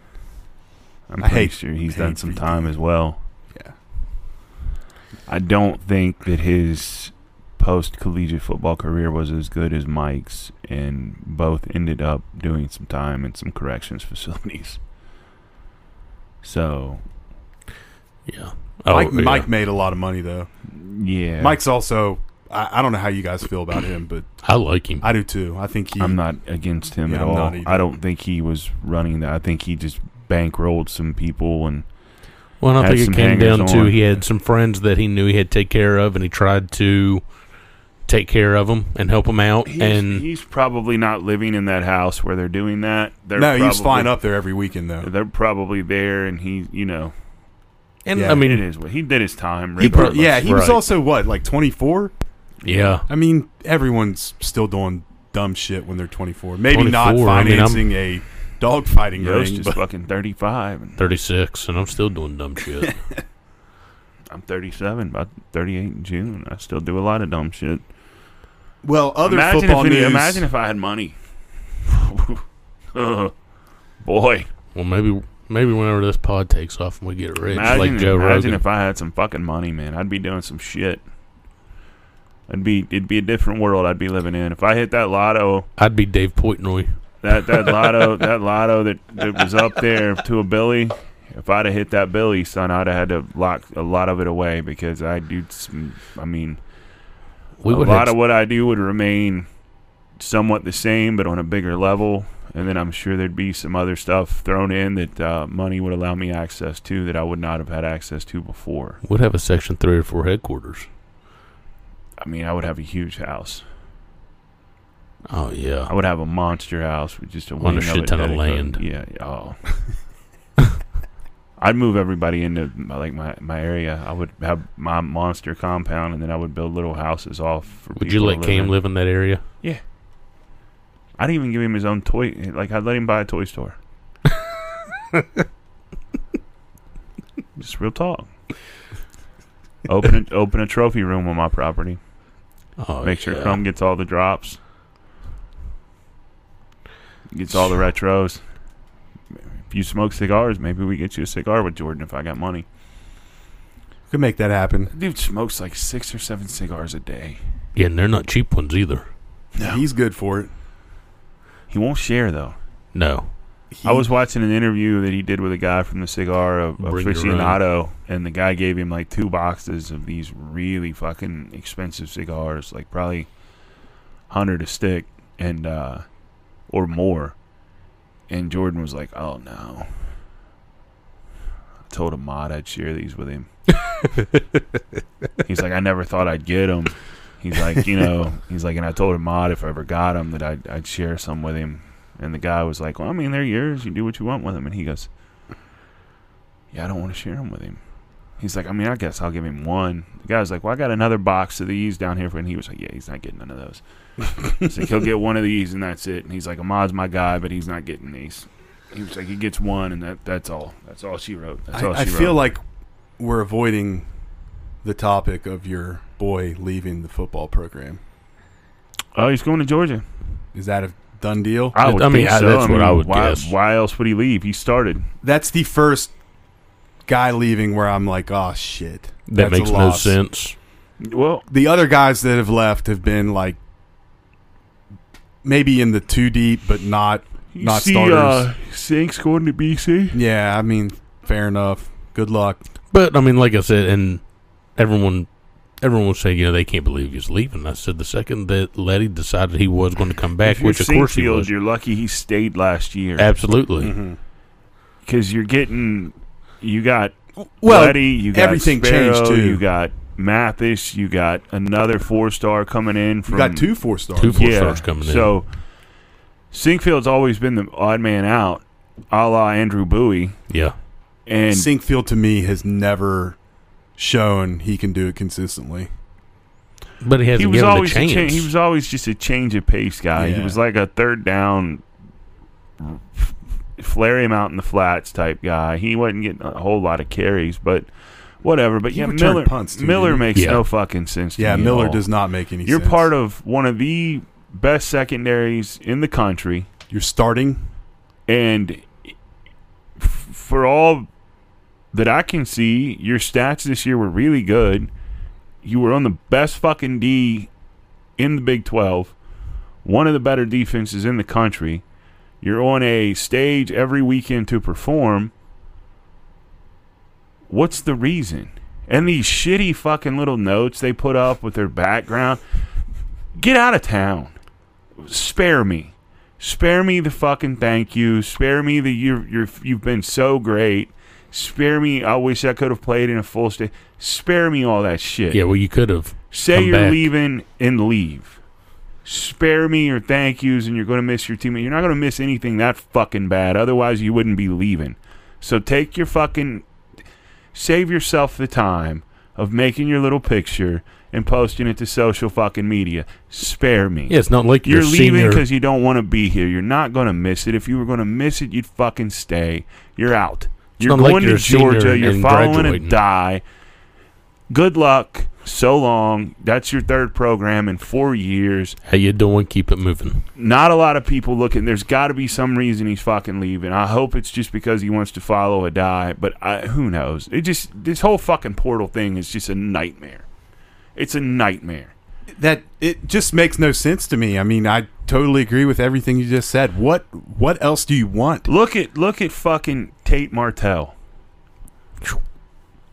C: I'm
B: I
C: pretty
B: hate-
C: sure he's
B: hate
C: done some
B: Free
C: time as well.
B: Yeah.
C: I don't think that his post collegiate football career was as good as Mike's, and both ended up doing some time in some corrections facilities. So,
A: Yeah. Oh,
B: Mike,
A: yeah.
B: Mike made a lot of money though.
C: yeah.
B: Mike's also. I, I don't know how you guys feel about him, but
A: I like him.
B: I do too. I think he.
C: I'm not against him
B: Yeah,
C: at
B: I'm
C: all.
B: not either.
C: I don't think he was running that. I think he just bankrolled some people and
A: Well, and I
C: Had
A: think it
C: some
A: came down
C: hangers
A: to
C: on.
A: he had some friends that he knew he had to take care of, and he tried to take care of them and help them out.
C: he's,
A: and
C: he's probably not living in that house where they're doing that. They're
B: no, he was
C: probably-
B: flying up there every weekend though.
C: They're probably there, and he, you know,
A: and
B: yeah.
A: I
C: it
A: mean,
C: is what he did his time.
B: He pro-
C: regardless.
B: yeah, he was
A: Right.
B: also what like 24.
A: yeah,
B: I mean, everyone's still doing dumb shit when they're 24. Maybe not
A: 24, I mean, I'm-
B: financing a dogfighting
C: Yost
B: ring,
C: is
B: but
C: fucking 35, and
A: thirty six, and I'm still doing dumb shit.
C: I'm 37, about 38 in June. I still do a lot of dumb shit.
B: well, other
C: imagine
B: football
C: if any-
B: news.
C: Imagine if I had money. Ugh. boy,
A: well, maybe maybe whenever this pod takes off and we get rich,
C: imagine,
A: like Joe
C: imagine
A: Rogan.
C: if I had some fucking money, man. I'd be doing some shit. I'd be, it'd be a different world I'd be living in. If I hit that lotto,
A: I'd be Dave Portnoy.
C: that that lotto that lotto that, that was up there to a billy if i'd have hit that billy son i'd have had to lock a lot of it away because i do some, i mean
A: We
C: a
A: would
C: lot
A: have,
C: of what i do would remain somewhat the same but on a bigger level and then i'm sure there'd be some other stuff thrown in that uh, money would allow me access to that i would not have had access to before
A: would have a section three or four headquarters.
C: i mean i would have a huge house
A: Oh
C: i
A: yeah,
C: would have a monster house with just a,
A: On a
C: wing
A: shit
C: of it
A: ton of land.
C: dedicated- Yeah. Oh. I'd move everybody into my, like my, my area. I would have my monster compound, and then I would build little houses off. For
A: would you
C: people to
A: let Cam
C: in.
A: live in that area?
C: Yeah. I'd even give him his own toy. Like I'd let him buy a toy store. Just real talk. Open a, open a trophy room on my property.
A: Oh,
C: Make sure
A: yeah.
C: Chrome gets all the drops. Gets all the retros. If you smoke cigars, maybe we get you a cigar with Jordan if I got money.
B: could make that happen.
C: Dude smokes like six or seven cigars a day.
A: Yeah, and they're not cheap ones either.
C: No.
B: He's good for it.
C: He won't share though.
A: No,
C: I was watching an interview that he did with a guy from the cigar of
A: Bring your
C: aficionado, and the guy gave him like two boxes of these really fucking expensive cigars, like probably hundred a stick and uh, or more. And Jordan was like, "Oh no." I told Ahmad I'd share these with him. he's like, "I never thought I'd get them." He's like, you know, he's like, and I told Ahmad if I ever got them that I'd, I'd share some with him. And the guy was like, "Well, I mean, they're yours. You do what you want with them." And he goes, "Yeah, I don't want to share them with him." He's like, "I mean, I guess I'll give him one." The guy's like, "Well, I got another box of these down here." for-" And he was like, "Yeah, he's not getting none of those." he's like, "He'll get one of these, and that's it." And he's like, "Ahmad's my guy, but he's not getting these." He was like, "He gets one, and that that's all. That's all she wrote. That's all
B: I, I
C: she
B: feel
C: wrote."
B: like we're avoiding the topic of your boy leaving the football program.
C: oh, he's going to Georgia.
B: Is that a done deal?
A: I
C: would
A: mean,
C: think
A: I-
C: so.
A: that's what I would
C: why,
A: guess.
C: Why else would he leave? He started.
B: That's the first guy leaving where I'm like, oh shit,
A: that
B: That's a
A: makes no
B: loss."
A: sense.
C: Well,
B: The other guys that have left have been like maybe in the two deep, but not
C: you
B: not
C: see,
B: starters.
C: uh, Sinks going to BC.
B: yeah, I mean, fair enough. Good luck.
A: But I mean, like I said, and everyone, everyone was saying, you know, they can't believe he's leaving. I said the second that Letty decided he was going to come back,
C: If you're
A: which of course he
C: Sinkfield,
A: was,
C: You're lucky he stayed last year
A: absolutely.
C: Mm-hmm. because you're getting you got
B: Well,
C: Letty, you got
B: everything
C: Sparrow,
B: changed, too.
C: You got Mathis, you got another four star coming in
B: You
C: from
B: got two four stars.
A: Two four stars coming in.
C: So Sinkfield's always been the odd man out, a la Andrew Bowie,
A: Yeah,
C: and
B: Sinkfield to me has never shown he can do it consistently.
A: but he hasn't
C: he was
A: given
C: always
A: a chance.
C: cha- he was always just a change of pace guy. He
B: Yeah.
C: was like a third down, f- flare him out in the flats type guy. He wasn't getting a whole lot of carries, but whatever. But
B: He
C: yeah,
B: returned
C: Miller
B: punts, too,
C: Miller
B: didn't he?
C: makes
A: Yeah.
C: no fucking sense. To
B: Yeah,
C: me at
B: Miller
C: all.
B: does not make any
C: You're
B: sense.
C: part of one of the best secondaries in the country,
B: You're starting.
C: and f- for all that I can see, your stats this year were really good. You were on the best fucking D in the Big 12, one of the better defenses in the country. You're on a stage every weekend to perform. What's the reason? And these shitty fucking little notes they put up with their background. Get out of town. Spare me. Spare me the fucking thank you. Spare me the you're, you're, you've been so great. Spare me. I wish I could have played in a full state. Spare me all that shit.
A: Yeah, well, you could have.
C: Say
A: come
C: you're
A: back.
C: leaving and leave. Spare me your thank yous and you're going to miss your teammate. You're not going to miss anything that fucking bad. Otherwise, you wouldn't be leaving. So take your fucking. Save yourself the time of making your little picture and posting it to social fucking media. Spare me.
A: Yeah, it's not like
C: You're
A: your
C: leaving
A: senior.
C: because you don't want to be here. You're not going to miss it. If you were going to miss it, you'd fucking stay. You're out. You're
A: not like
C: going to
A: you're a senior
C: Georgia. You're
A: and
C: following a
A: graduating.
C: die. Good luck. So long. That's your third program in four years.
A: How you doing? Keep it moving.
C: Not a lot of people looking. There's got to be some reason he's fucking leaving. I hope it's just because he wants to follow a die, but I, who knows? It just this whole fucking portal thing is just a nightmare. It's a nightmare.
B: That it just makes no sense to me. I mean, I totally agree with everything you just said. What what else do you want?
C: Look at look at fucking Tate Martell.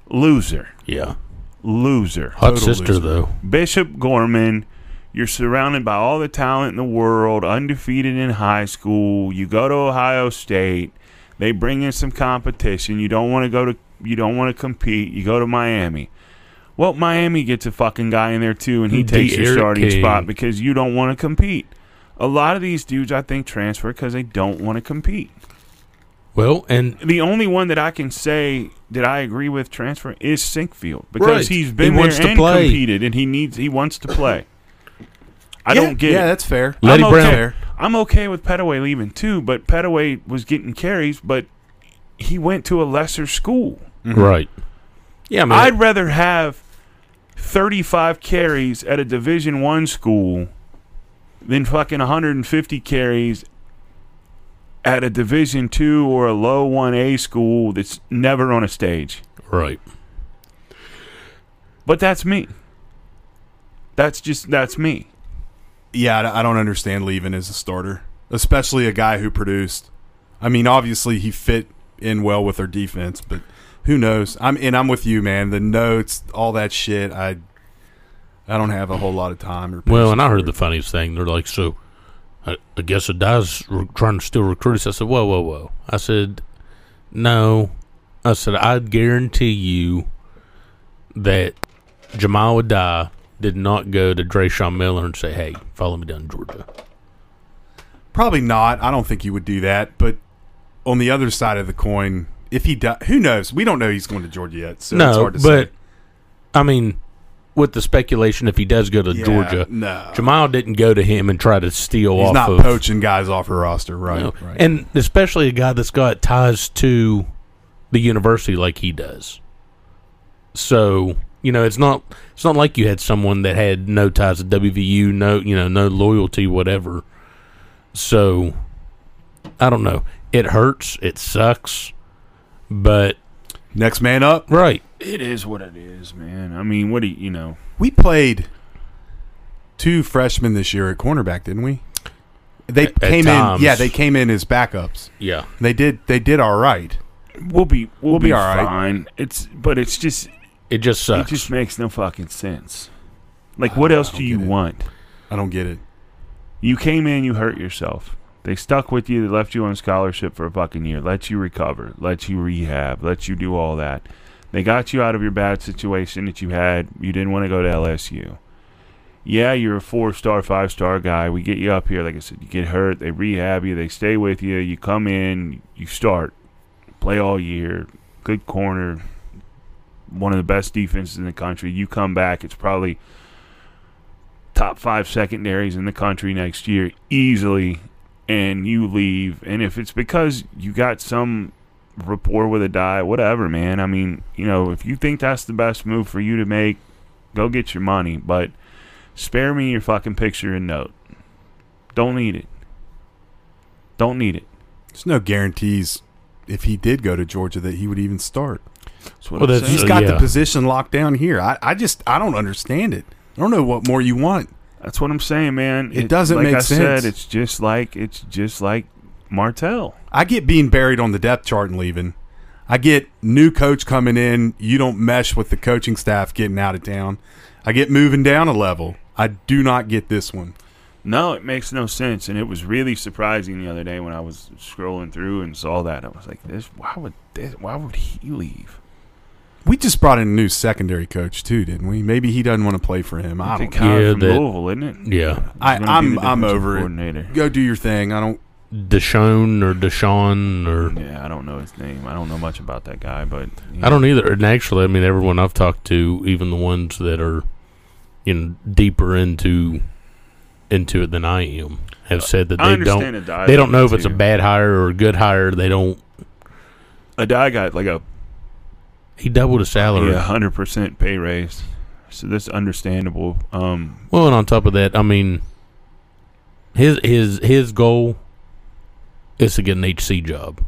C: Loser.
A: Yeah.
C: Loser.
A: Hot
B: Total
A: sister,
B: loser.
A: though.
C: Bishop Gorman, you're surrounded by all the talent in the world, undefeated in high school. You go to Ohio State, they bring in some competition. You don't want to go to you don't want to compete. You go to Miami. Well, Miami gets a fucking guy in there too, and he takes your
A: De'Aaron
C: starting
A: King.
C: spot because you don't want to compete. A lot of these dudes, I think, transfer because they don't want to compete.
A: Well, and
C: the only one that I can say that I agree with transfer is Sinkfield because
A: Right.
C: he's been
A: He
C: there
A: wants to
C: and
A: play.
C: competed, and he needs he wants to play. I
B: yeah,
C: don't get
B: Yeah,
C: it.
B: that's fair.
A: Letty
C: I'm
A: Brown.
C: Okay. I'm okay with Petaway leaving too, but Petaway was getting carries, but he went to a lesser school.
A: right. Yeah, I mean,
C: Mm-hmm. I'd rather have 35 carries at a Division One school than fucking 150 carries at a Division Two or a low one A school that's never on a stage.
A: right.
C: But that's me. That's just that's me.
B: Yeah, I I don't understand leaving as a starter, especially a guy who produced. I mean, obviously he fit in well with their defense, but who knows? I'm and I'm with you, man. The notes, all that shit. I I don't have a whole lot of time. Or
A: Well, and I heard the
B: patience
A: funniest thing. They're like, so I, I guess it does re- trying to still recruit us. I said, whoa, whoa, whoa. I said, no. I said, I guarantee you that Jamal Adai did not go to Drayshawn Miller and say, hey, follow me down to Georgia.
B: for it. probably not. I don't think he would do that. But on the other side of the coin, if he does, who knows? We don't know he's going to Georgia yet, so it's
A: no,
B: hard to
A: but
B: say.
A: I mean, with the speculation, if he does go to
B: Yeah,
A: Georgia,
B: no.
A: Jamal didn't go to him and try to steal
B: He's
A: off
B: not
A: of
B: poaching guys off her roster, right?
A: No.
B: right.
A: And especially a guy that's got ties to the university like he does. So, you know, it's not it's not like you had someone that had no ties to WVU, no you know, no loyalty, whatever. So I don't know. It hurts, it sucks. But
B: next man up.
A: right.
C: It is what it is, man. I mean, what do you, you know?
B: We played two freshmen this year at cornerback, didn't we? They
A: At- at
B: came in,
A: times.
B: yeah. They came in as backups.
A: Yeah.
B: They did. They did all right.
C: We'll be we'll,
B: We'll be
C: be,
B: all right.
C: fine. It's but it's just
A: It just
C: it
A: sucks.
C: just makes no fucking sense. Like what else
B: don't
C: do you
B: get it.
C: want?
B: I don't get it.
C: You came in, you hurt yourself. They stuck with you. They left you on scholarship for a fucking year. Let you recover. Let you rehab. Let you do all that. They got you out of your bad situation that you had. You didn't want to go to LSU. Yeah, you're a four star, five star guy. We get you up here. Like I said, you get hurt. They rehab you. They stay with you. You come in. You start. Play all year. Good corner. One of the best defenses in the country. You come back. It's probably top five secondaries in the country next year easily, and you leave. And if it's because you got some rapport with a die, whatever, man. I mean, you know, if you think that's the best move for you to make, go get your money, but spare me your fucking picture and note. Don't need it. Don't need it.
B: There's no guarantees if he did go to Georgia that he would even start.
C: That's what
A: Well,
C: I'm
A: that's-
C: saying.
B: He's
A: So,
B: got
A: yeah.
B: the position locked down here. I, I just I don't understand it. I don't know what more you want.
C: That's what I'm saying, man.
B: It doesn't
C: like
B: make
C: I
B: sense.
C: said, it's just like it's just like Martell.
B: I get being buried on the depth chart and leaving. I get new coach coming in. You don't mesh with the coaching staff getting out of town. I get moving down a level. I do not get this one.
C: No, it makes no sense, and it was really surprising the other day when I was scrolling through and saw that. I was like, "This? Why would this? Why would he leave?"
B: We just brought in a new secondary coach too, didn't we? Maybe he doesn't want to play for him. I
C: It's
B: don't. know.
C: a guy
A: Yeah,
C: from
A: that-
C: Louisville, isn't it?
A: Yeah.
B: I,
C: He's gonna be
B: I'm
C: the
B: I'm
C: defensive
B: over
C: coordinator.
B: it. Go do your thing. I don't.
A: Deshaun or Deshaun or
C: Yeah, I don't know his name. I don't know much about that guy, but you
A: I don't either. And actually, I mean, everyone I've talked to, even the ones that are you know deeper into into it than I am, have said that
C: Uh, I
A: they
C: understand
A: don't
C: a dive
A: they don't know if
C: too.
A: it's a bad hire or a good hire. They don't.
C: a guy got like a
A: He doubled his salary.
C: yeah hundred percent pay raise, so that's understandable. Um,
A: Well, and on top of that, I mean, his his his goal is to get an HC job.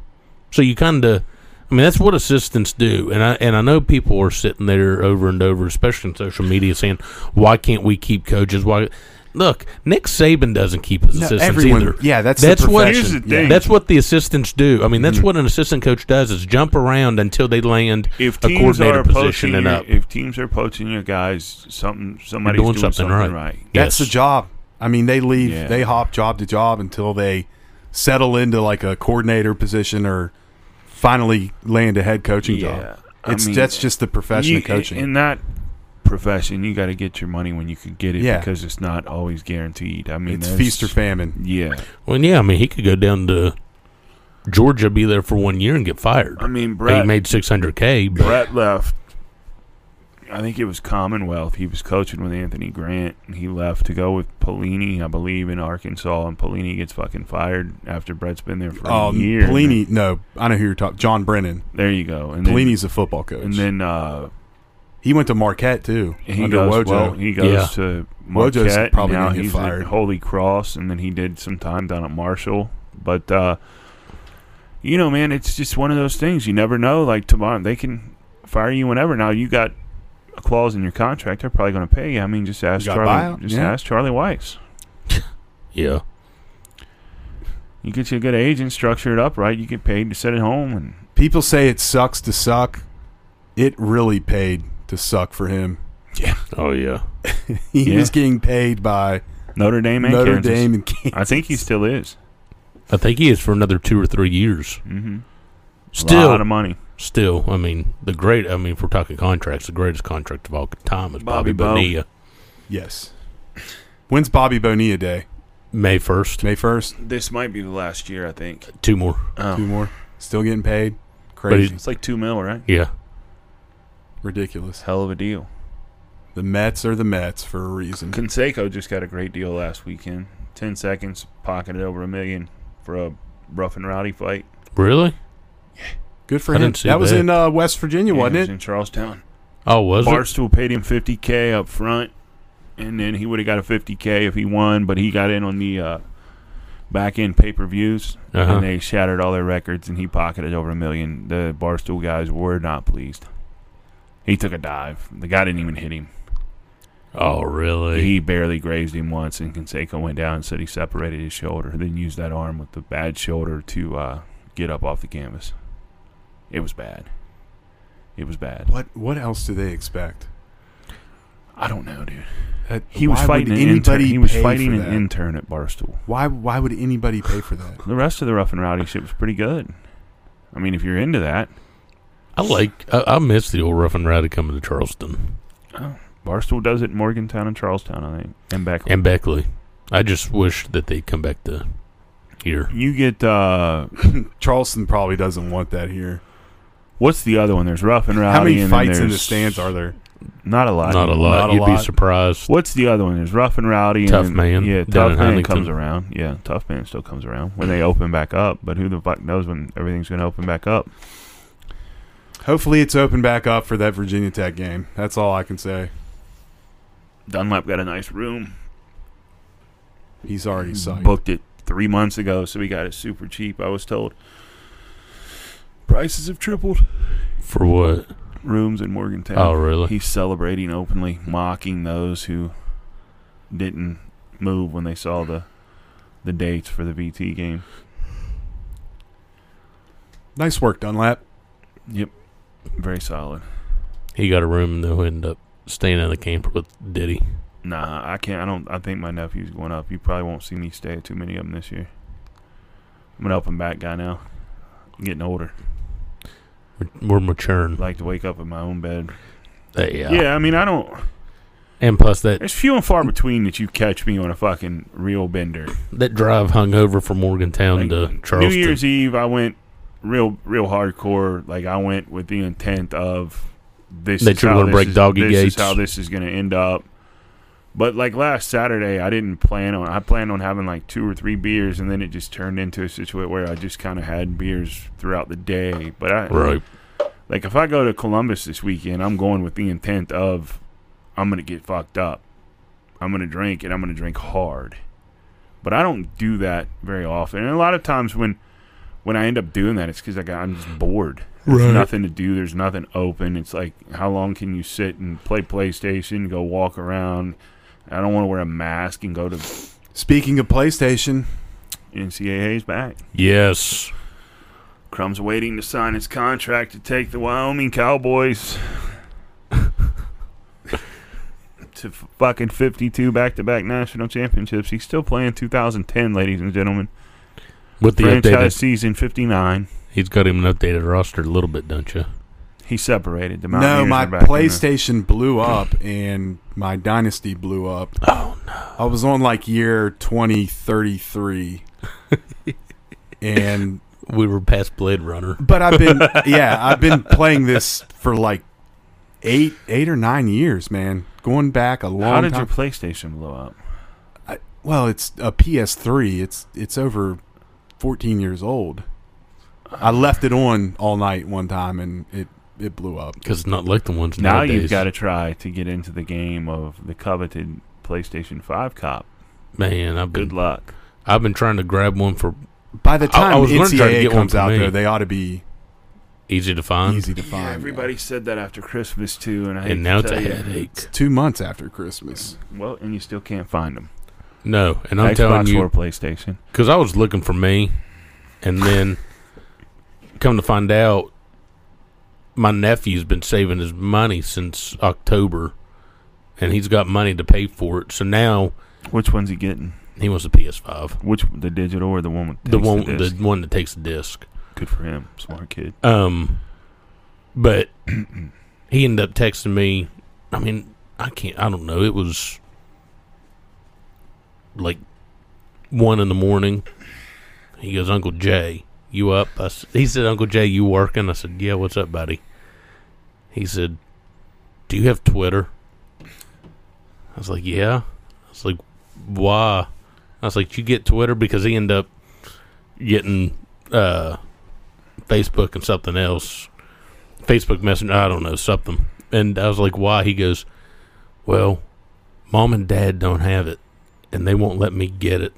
A: So you kind of, I mean, that's what assistants do. And I and I know people are sitting there over and over, especially in social media, saying, "Why can't we keep coaches? Why?" Look, Nick Saban doesn't keep his
B: No,
A: assistants
B: everyone-
A: either.
B: yeah, that's the
A: that's what
B: profession.
C: Here's the thing.
A: that's what the assistants do. I mean,
B: Mm-hmm.
A: that's what an assistant coach does is jump around until they land
C: if
A: a
C: teams
A: coordinator
C: are
A: position
C: poaching,
A: and
C: your,
A: up.
C: if teams are poaching your guys, something
A: You're
C: somebody's
A: doing something, right. Yes.
B: That's the job. I mean, they leave.
C: Yeah.
B: They hop job to job until they settle into like a coordinator position or finally land a head coaching
C: Yeah.
B: job.
C: I
B: It's
C: mean,
B: that's just the profession
C: You-
B: of coaching.
C: in that profession. You got to get your money when you can get it
B: Yeah.
C: because it's not always guaranteed. I mean,
B: it's
C: there's-
B: feast or famine.
C: Yeah,
A: Well, yeah, I mean, he could go down to Georgia, be there for one year, and get fired.
C: I mean,
A: he
C: Brett
A: made six hundred k.
C: Brett left. I think it was Commonwealth. He was coaching with Anthony Grant. and He left to go with Pelini, I believe, in Arkansas, and Pelini gets fucking fired after Brett's been there for
B: Um,
C: a year. And then-
B: Pelini, no, I know who you're talking. John Brennan.
C: There you go. And
B: Pelini's a football coach.
C: Then, and then uh,
B: he went to Marquette too
C: he
B: under
C: goes.
B: Wojo.
C: Well, he goes
A: Yeah.
C: to
B: Wojo's
C: Marquette.
B: probably
C: now
B: gonna get
C: he's at
B: fired.
C: Holy Cross, and then he did some time down at Marshall. But uh, you know, man, it's just one of those things. You never know. Like tomorrow, they can fire you whenever. Now you got a clause in your contract. They're probably going to pay you. I mean, just ask
B: got
C: Charlie.
B: buyout,
C: Just
B: yeah.
C: ask Charlie Weiss.
A: Yeah,
C: You get you a good agent, structure it up right. You get paid to sit at home, and
B: People say it sucks to suck. It really paid to suck for him.
A: oh yeah.
B: He
C: Yeah.
B: was getting paid by
C: Notre Dame and
B: Notre
C: Kansas.
B: Dame and Kansas.
C: I think he still is.
A: I think he is for another two or three years.
C: Mm-hmm. a lot
A: Still,
C: of money.
A: still. I mean, the great. I mean, if we're talking contracts, the greatest contract of all time is Bobby,
C: Bobby Bo.
A: Bonilla,
B: Yes. When's Bobby Bonilla Day?
A: May first.
B: May first.
C: This might be the last year. I think.
A: Two more.
C: Oh.
B: Two more. Still getting paid.
A: he's-
B: Crazy.
C: It's like two mil, right?
A: Yeah,
B: Ridiculous.
C: Hell of a deal.
B: The Mets are the Mets for a reason.
C: Conseco just got a great deal last weekend. Ten seconds, pocketed over a million for a rough and rowdy fight.
A: really?
B: Good for
A: I
B: him.
A: didn't see
B: that was
A: that.
B: in uh, West Virginia,
C: Yeah,
B: wasn't
C: was
B: it?
C: in Charlestown.
A: Oh, was it?
C: Barstool paid him fifty k up front, and then he would have got a fifty k if he won, but he got in on the uh, back end pay per views,
A: Uh-huh.
C: and they shattered all their records, and he pocketed over a million. The Barstool guys were not pleased. He took a dive. The guy didn't even hit him.
A: Oh, really?
C: He barely grazed him once, and Conseco went down and said he separated his shoulder, then used that arm with the bad shoulder to uh, get up off the canvas. It was bad. It was bad.
B: What What else do they expect?
C: I don't know, dude.
B: That-
C: Uh, He was
B: why
C: fighting
B: would
C: an intern.
B: anybody
C: He was
B: pay
C: fighting
B: for
C: an
B: that?
C: intern at Barstool.
B: Why Why would anybody pay for that?
C: The rest of the rough and rowdy shit was pretty good. I mean, if you're into that,
A: I like. I, I miss the old rough and rowdy coming to Charleston
C: Barstool does it in Morgantown and Charlestown, I think, and back.
A: and Beckley. I just wish that they'd come back to here.
C: you get uh,
B: Charleston probably doesn't want that here.
C: what's the other one? There's rough and rowdy.
B: How many
C: and then
B: fights in the
C: there's-
B: stands are there?
C: Not a lot.
A: Not a lot.
B: Not a
A: You'd be
B: lot.
A: surprised.
C: What's the other one? There's Rough and Rowdy.
A: Tough
C: and,
A: Man
C: Yeah,
A: down
C: Tough
A: in
C: Man
A: Huntington.
C: comes around. Yeah, Tough Man still comes around when they open back up. But who the fuck knows when everything's going to open back up?
B: Hopefully, it's open back up for that Virginia Tech game. That's all I can say.
C: Dunlap got a nice room.
B: He's already psyched.
C: Booked it three months ago, so we got it super cheap. I was told. Prices have tripled.
A: For what?
C: Rooms in Morgantown.
A: Oh, really?
C: He's celebrating openly, mocking those who didn't move when they saw the the dates for the VT game.
B: Nice work, Dunlap.
C: Yep, very solid.
A: He got a room and they'll end up staying in the camper with Diddy.
C: Nah, I can't. I don't. I think my nephew's going up. You probably won't see me stay at too many of them this year. I'm an up and back guy now. I'm getting older.
A: We're, we're maturing.
C: I like to wake up in my own bed.
A: Uh, yeah.
C: Yeah, I mean, I don't.
A: And plus that
C: There's few and far between that you catch me on a fucking real bender.
A: that drive hung over from Morgantown to
C: Like,
A: Charleston.
C: New Year's Eve, I went real, real hardcore. Like I went with the intent of this.
A: That
C: is
A: you were
C: how
A: gonna
C: this
A: break
C: is-
A: doggy
C: this
A: gates.
C: is how this is going to end up. But like last Saturday, I didn't plan on. I planned on having like two or three beers, and then it just turned into a situation where I just kind of had beers throughout the day. But I
A: Right.
C: like if I go to Columbus this weekend, I'm going with the intent of I'm gonna get fucked up. I'm gonna drink and I'm gonna drink hard. But I don't do that very often. And a lot of times when when I end up doing that, it's because like I'm just bored. There's nothing to do. There's nothing open. It's like how long can you sit and play PlayStation? Go walk around. I don't want to wear a mask and go to
B: Speaking of PlayStation,
C: NCAA's back.
A: Yes.
C: Crumb's waiting to sign his contract to take the Wyoming Cowboys to f- fucking 52 back to back national championships. He's still playing 2010, ladies and gentlemen.
A: With the
C: Franchise
A: updated,
C: season 59.
A: he's got him an updated roster a little bit, don't you?
C: He separated the Mountaineers.
B: no, my
C: are back in the-
B: PlayStation blew up and my Dynasty blew up. Oh no! I was on like year twenty thirty three, and
A: We were past Blade Runner.
B: but I've been yeah I've been playing this for like eight eight or nine years, man. Going back a long
C: How did
B: time.
C: your PlayStation blow up?
B: Well, it's a PS3. It's it's over 14 years old. I left it on all night one time and it it blew up.
A: Because it's not like the ones
C: Now
A: nowadays.
C: you've got to try to get into the game of the coveted PlayStation 5 cop.
A: Man, I've been,
C: Good luck.
A: I've been trying to grab one for
B: By the time
A: I was gonna try to
B: NCAA
A: get one
B: comes
A: for
B: out,
A: me.
B: though, they ought to be
A: easy to find.
B: easy to find.
C: everybody said that after Christmas, too. And, I hate
A: And now
C: to
A: it's a
C: tell you,
A: headache.
B: Two months after Christmas.
C: Well, and you still can't find them.
A: No, and I'm
C: Xbox
A: telling you,
C: or PlayStation.
A: because I was looking for me, and then come to find out, my nephew's been saving his money since October, and he's got money to pay for it. So now
C: Which one's he getting?
A: he wants a PS5,
C: Which the digital or the one with
A: the one,
C: disc?
A: the one that takes the disc.
C: good for him, smart kid.
A: Um, but he ended up texting me. I mean, I can't. I don't know. It was like one in the morning. He goes, Uncle Jay, you up? I s he said, Uncle Jay, you working? I said, Yeah. What's up, buddy? He said, Do you have Twitter? I was like, Yeah. I was like, Why? I was like, You get Twitter because he ended up getting uh Facebook and something else, Facebook Messenger, I don't know, something. And I was like, why? He goes, well, mom and dad don't have it, and they won't let me get it.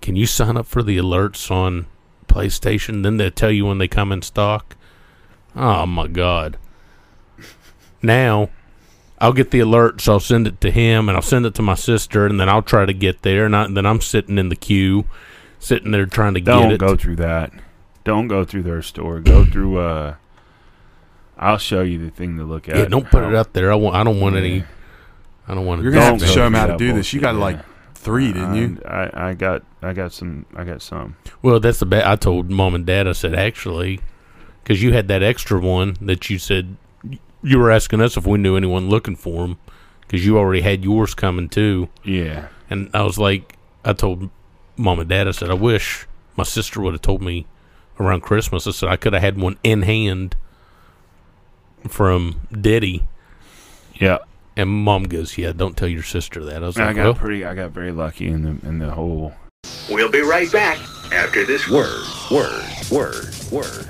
A: Can you sign up for the alerts on PlayStation? Then they'll tell you when they come in stock. Oh, my God. Now, I'll get the alerts. I'll send it to him, and I'll send it to my sister, and then I'll try to get there. And, I, then I'm sitting in the queue, sitting there trying to
C: Don't
A: get it.
C: go through that. Don't go through their store. Go through. uh I'll show you the thing to look at.
A: Yeah, don't put it
C: How-
A: out there. I want. I don't want any.
C: Yeah.
A: I don't want.
B: You're gonna have
C: Don't
B: to
C: go
B: show him
C: through
B: how to
C: that
B: do this. You got
C: bullshit,
B: like three, didn't you?
C: Um, I, I got I got some I got some.
A: Well, that's the bad. I told mom and dad. I said actually, because you had that extra one that you said you were asking us if we knew anyone looking for them, because you already had yours coming too.
C: Yeah,
A: And I was like, I told mom and dad. I said I wish my sister would have told me around Christmas. I said I could have had one in hand from Diddy.
C: Yeah.
A: And mom goes, "Yeah, don't tell your sister that." I was
C: I
A: like,
C: got
A: "Well,
C: pretty. I got very lucky in the in the whole.
D: We'll be right back after this word, word, word, word.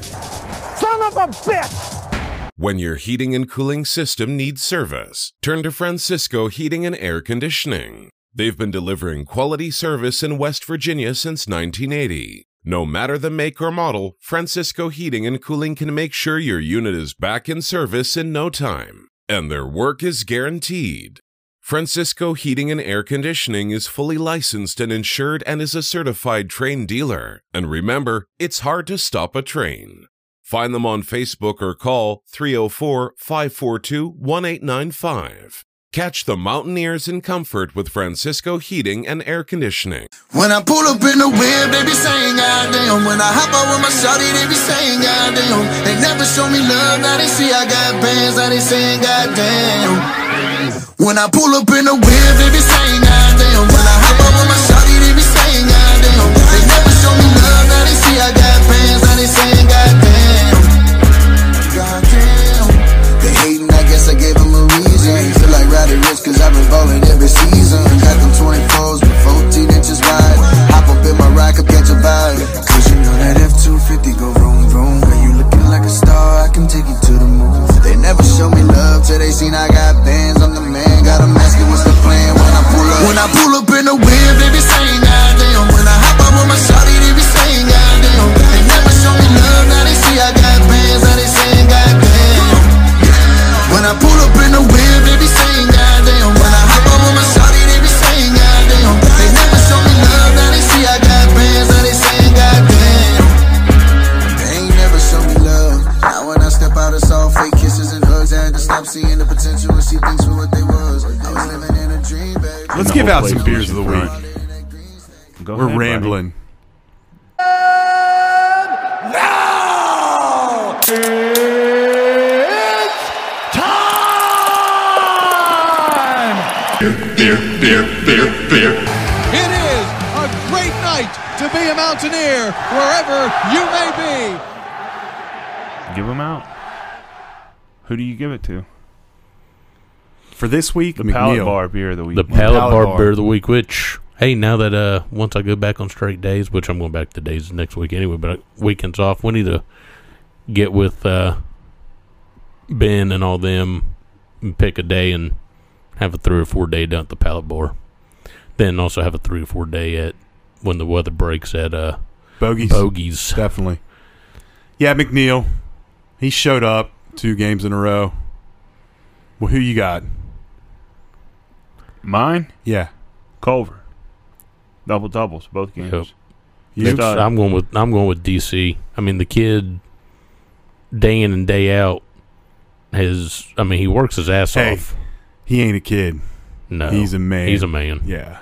G: When your heating and cooling system needs service, turn to Francisco Heating and Air Conditioning. They've been delivering quality service in West Virginia since 1980. No matter the make or model, Francisco Heating and Cooling can make sure your unit is back in service in no time, and their work is guaranteed. Francisco Heating and Air Conditioning is fully licensed and insured and is a certified train dealer. And remember, it's hard to stop a train. Find them on Facebook or call 304 542 1895. Catch the Mountaineers in comfort with Francisco Heating and Air Conditioning.
F: When I pull up in the whip, they be saying goddamn. When I hop out with my shawty, they be saying goddamn. They never show me love, now they see I got bands, now they saying goddamn. When I pull up in the whip, they be saying goddamn. When I hop out with my shawty, they be saying goddamn. They never show me love, now they see I got bands, now they saying goddamn. Goddamn. They hating, I guess I gave them a reason. Feel like riding rich, cause I've been ballin' every season. Got them 24s, but 14 inches wide. Hop up in my rock, up catch a vibe. Cause you know that F250 go vroom vroom. When you looking like a star, I can take you to the moon. They never show me love till they seen I got bands. I'm the man, got them asking what's the plan when I pull up. When I pull up in the whip, they be saying goddamn. When I hop up with my shawty, they be saying goddamn. They never show me love, now they see I got bands, now they saying goddamn. When I pull up in the whip, they be saying goddamn. When I hop up with my shawty, they be saying goddamn. They never show me love, now they see I got bands, now they saying goddamn. They ain't never show me love. Now when I step out, it's all fake kisses and hugs. I had to stop seeing the potential and see things for what they was. I was living in a dream,
A: Uh,
F: baby.
B: Let's
C: the
B: give
C: whole
B: out some
C: place
B: beers
C: was
B: of the
C: front.
B: week.
C: Go
B: We're
C: ahead, buddy.
B: rambling.
D: Beer, beer, beer, beer.
H: It is a great night to be a Mountaineer wherever you may be.
C: Give them out. Who do you give it to?
B: For this week,
C: The Pallet
B: McNeil.
C: Bar beer of the week.
A: the pallet,
B: Pallet
A: bar,
B: bar.
A: beer of the week." Which, hey, now that uh, once I go back on straight days, which I'm going back to days next week anyway, but uh, weekends off, we need to get with uh, Ben and all them and pick a day and have a three or four day down at the pallet bar. Then also have a three or four day at when the weather breaks at uh,
B: Bogies.
A: Bogies.
B: Definitely. Yeah, McNeil. He showed up two games in a row. Well, who you got?
C: Mine,
B: Yeah.
C: Culver. Double doubles, both games.
A: Yep.
B: You?
C: Stud.
A: I'm going with I'm going with DC. I mean, the kid day in and day out has. I mean, he works his ass
B: Hey.
A: off.
B: He ain't a kid.
A: No,
B: He's a man.
A: He's a man.
B: Yeah.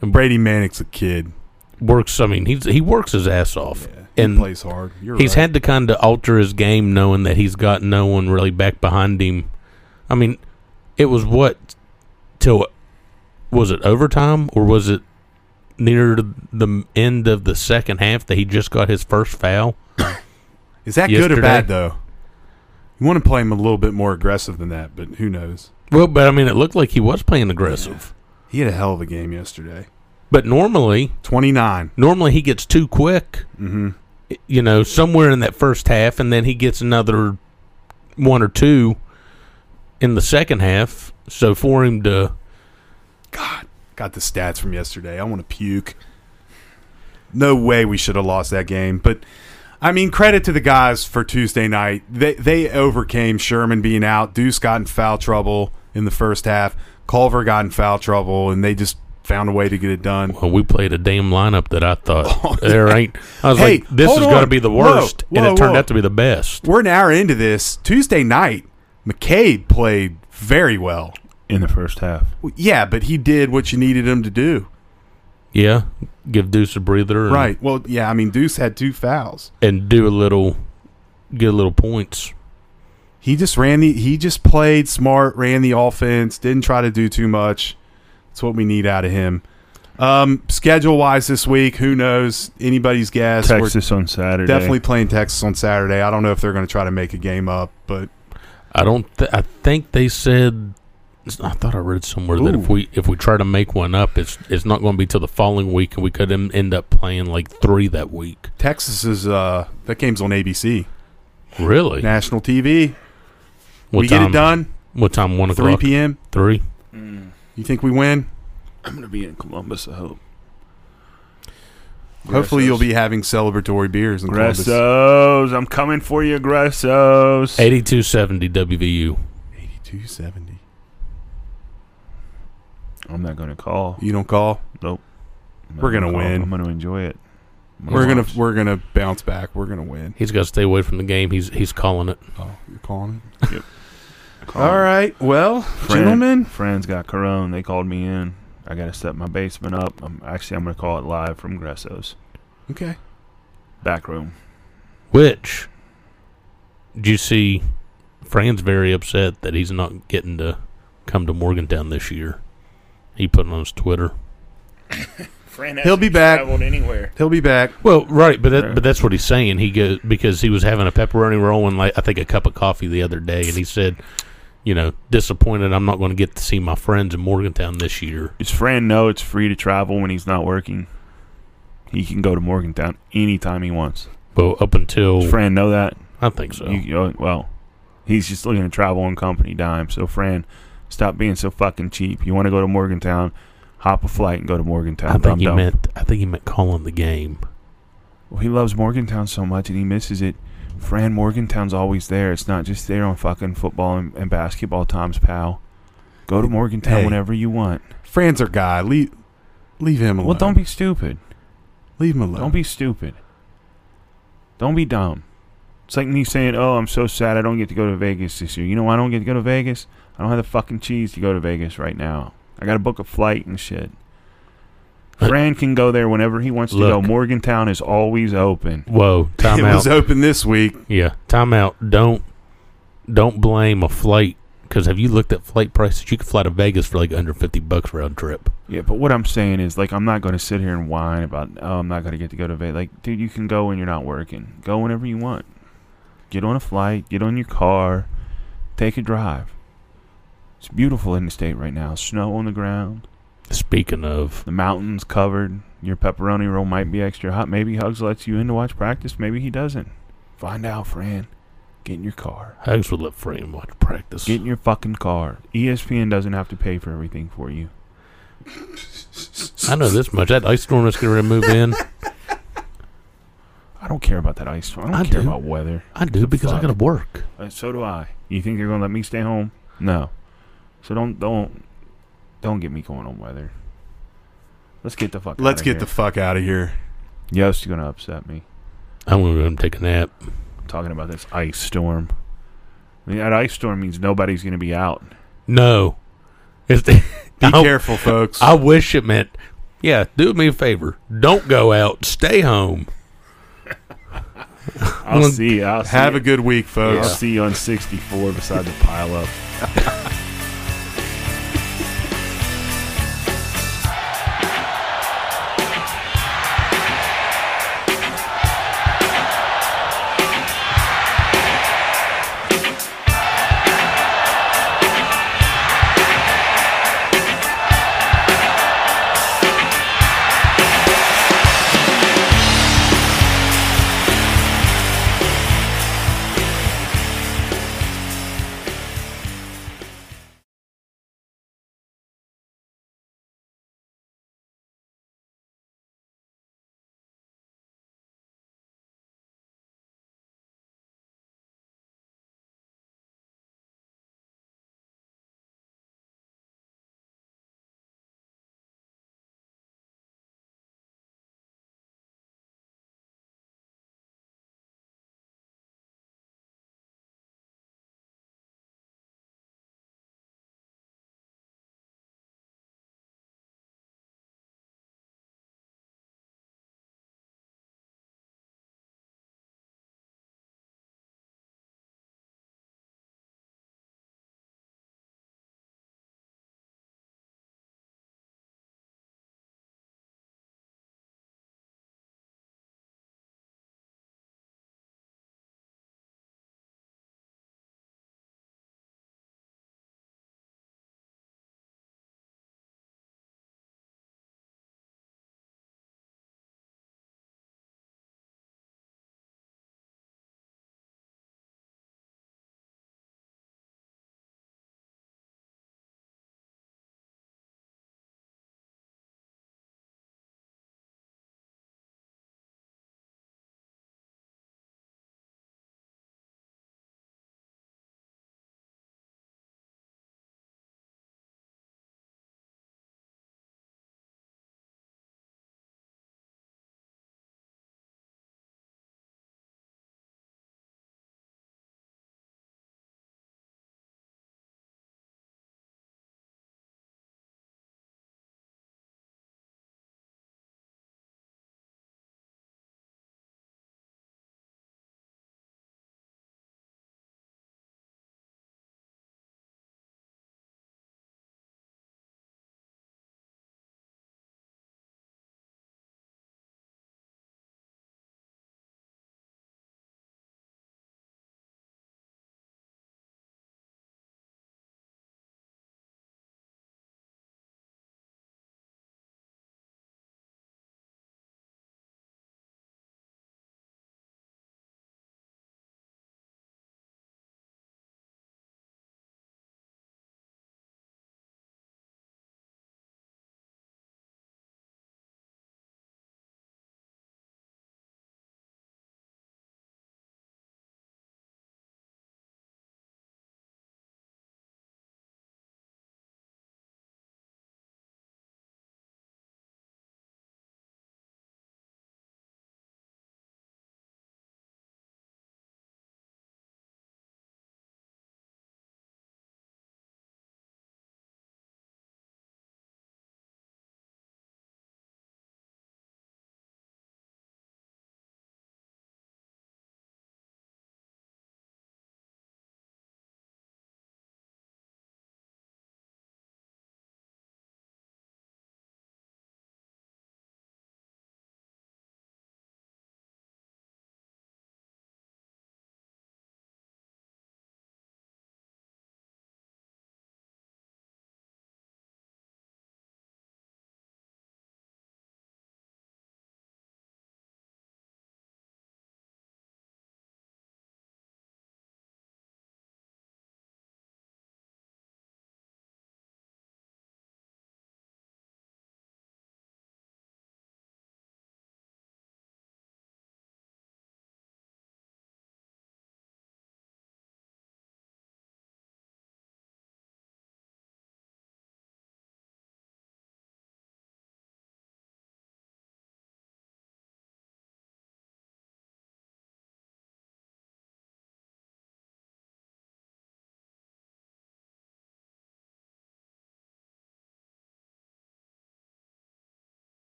B: And Brady Manick's a kid.
A: Works. I mean, he's he works his ass off,
B: He
A: and
B: plays hard. You're
A: he's
B: right.
A: had to kind of alter his game, knowing that he's got no one really back behind him. I mean, it was what till was it overtime or was it near the- the end of the second half that he just got his first foul?
B: Is that good or
A: yesterday-
B: bad though? You want to play him a little bit more aggressive than that, but who knows?
A: Well, but I mean, it looked like he was playing aggressive.
B: He had a hell of a game yesterday.
A: But normally,
B: Twenty nine.
A: normally he gets too quick. Mm-hmm. You know, somewhere in that first half, and then he gets another one or two in the second half. So for him to,
B: Got the stats from yesterday. I want to puke. No way we should have lost that game. But I mean, credit to the guys for Tuesday night. They they overcame Sherman being out. Deuce got in foul trouble in the first half. Culver got in foul trouble, and they just found a way to get it done.
A: well, we played a damn lineup that I thought there ain't. I was
B: Oh, Hey,
A: like, this
B: hold
A: is going to
B: on.
A: be the
B: Whoa,
A: worst, and
B: whoa,
A: it turned
B: whoa.
A: out to be the best.
B: We're an hour into this Tuesday night. McCabe played very well.
C: In the first half.
B: Yeah, but he did what you needed him to do.
A: Yeah, give Deuce a breather, and,
B: Right. Well, yeah. I mean, Deuce had two fouls.
A: and do a little, get a little points.
B: He just ran the. He just played smart, ran the offense, didn't try to do too much. That's what we need out of him. Um, schedule wise, this week, who knows? Anybody's guess.
C: Texas on Saturday.
B: We're definitely playing Texas on Saturday. I don't know if they're going to try to make a game up, but
A: I don't. Th- I think they said. I thought I read somewhere that if
B: Ooh.
A: we if we try to make one up, it's it's not going to be till the following week, and we could em- end up playing like three that week.
B: Texas is uh that game's on ABC,
A: Really?
B: national TV.
A: What
B: we
A: time,
B: get it done.
A: What time? One
B: Three
A: o'clock.
B: p.m.
A: Three.
B: You think we win?
C: I'm gonna be in Columbus. I hope.
B: Hopefully,
C: Gressos.
B: you'll be having celebratory beers in Columbus.
C: Gressos. I'm coming for you, Gressos.
A: Eighty-two seventy WVU.
B: Eighty-two seventy.
C: I'm not gonna call.
B: You don't call.
C: Nope. I'm not
B: We're gonna
C: call.
B: win.
C: I'm gonna enjoy it. I'm
B: We're gonna
C: watch.
B: we're gonna bounce back. We're gonna win.
A: He's got to stay away from the game. He's he's calling it.
B: Oh, you're calling it.
C: Call
B: All right. Well,
C: Friend-
B: gentlemen,
C: Friends got corona. They called me in. I gotta step my basement up. I'm actually I'm gonna call it live from Gressos
B: Okay.
C: back room.
A: Which? Do you see? Fran's very upset that he's not getting to come to Morgantown this year. He put it on his Twitter.
I: Fran
B: He'll be
I: hasn't
B: back.
I: Traveled anywhere?
B: He'll be back.
A: Well, right, but
C: Yeah.
A: that, but that's what he's saying. He goes because he was having a pepperoni roll and like I think a cup of coffee the other day, and he said, you know, disappointed I'm not going to get to see my friends in Morgantown this year.
C: Does Fran know it's free to travel when he's not working? He can go to Morgantown anytime he wants.
A: Well, up until
C: Does Fran know that?
A: I think so.
C: You- you- well, he's just looking to travel on company dime. So, Fran, stop being so fucking cheap. You want to go to Morgantown? Hop a flight and go to Morgantown.
A: I think
C: Dumb
A: he
C: dumb.
A: meant I think he meant calling the game.
C: Well, he loves Morgantown so much and he misses it. Fran, Morgantown's always there. It's not just there on fucking football and, and basketball times, pal. Go to Morgantown
B: Hey.
C: whenever you want.
B: Fran's our guy. Leave leave him alone.
C: Well, don't be stupid.
B: leave him alone.
C: Don't be stupid. Don't be dumb. It's like me saying, "Oh, I'm so sad I don't get to go to Vegas this year." You know why I don't get to go to Vegas? I don't have the fucking cheese to go to Vegas right now. I got to book a flight and shit.
A: But-
C: Fran can go there whenever he wants to go.
A: Look.
C: Morgantown is always open.
A: Whoa,
B: it
A: time
B: was
A: out.
B: open this week.
A: Yeah, time out. Don't don't blame a flight because have you looked at flight prices? You could fly to Vegas for like under fifty bucks round trip.
C: Yeah, but what I'm saying is, like, I'm not going to sit here and whine about, oh, I'm not going to get to go to Vegas. Like, dude, you can go when you're not working. Go whenever you want. Get on a flight. Get on your car. Take a drive. It's beautiful in the state right now. Snow on the ground.
A: Speaking of,
C: The mountains covered. Your pepperoni roll might be extra hot. Maybe Hugs lets you in to watch practice. Maybe he doesn't. Find out, Fran. Get in your car.
A: Hugs would let Fran watch practice.
C: Get in your fucking car. E ESPN doesn't have to pay for everything for you.
A: I know this much. That ice storm that's going to move in.
C: I don't care about that ice storm. I don't
A: I
C: care
A: do.
C: about weather.
A: I do because I
C: Fuck.
A: got to work.
C: Uh, so do I. You think they're gonna let me stay home? No. So don't don't don't get me going on weather. Let's get the fuck.
B: Let's
C: outta
B: get
C: here.
B: the fuck out of here.
C: Yost gonna upset me.
A: I'm going to go and take a nap.
C: Talking about this ice storm. I mean, that ice storm means nobody's gonna be out.
A: No. It's
B: Be
A: I,
B: careful, folks.
A: I wish it meant, yeah, do me a favor. Don't go out. Stay home.
C: I'll
A: Well,
C: see. I'll
B: Have
C: see
B: a good week,
C: I'll
B: folks.
C: see you on 64 beside the pile up.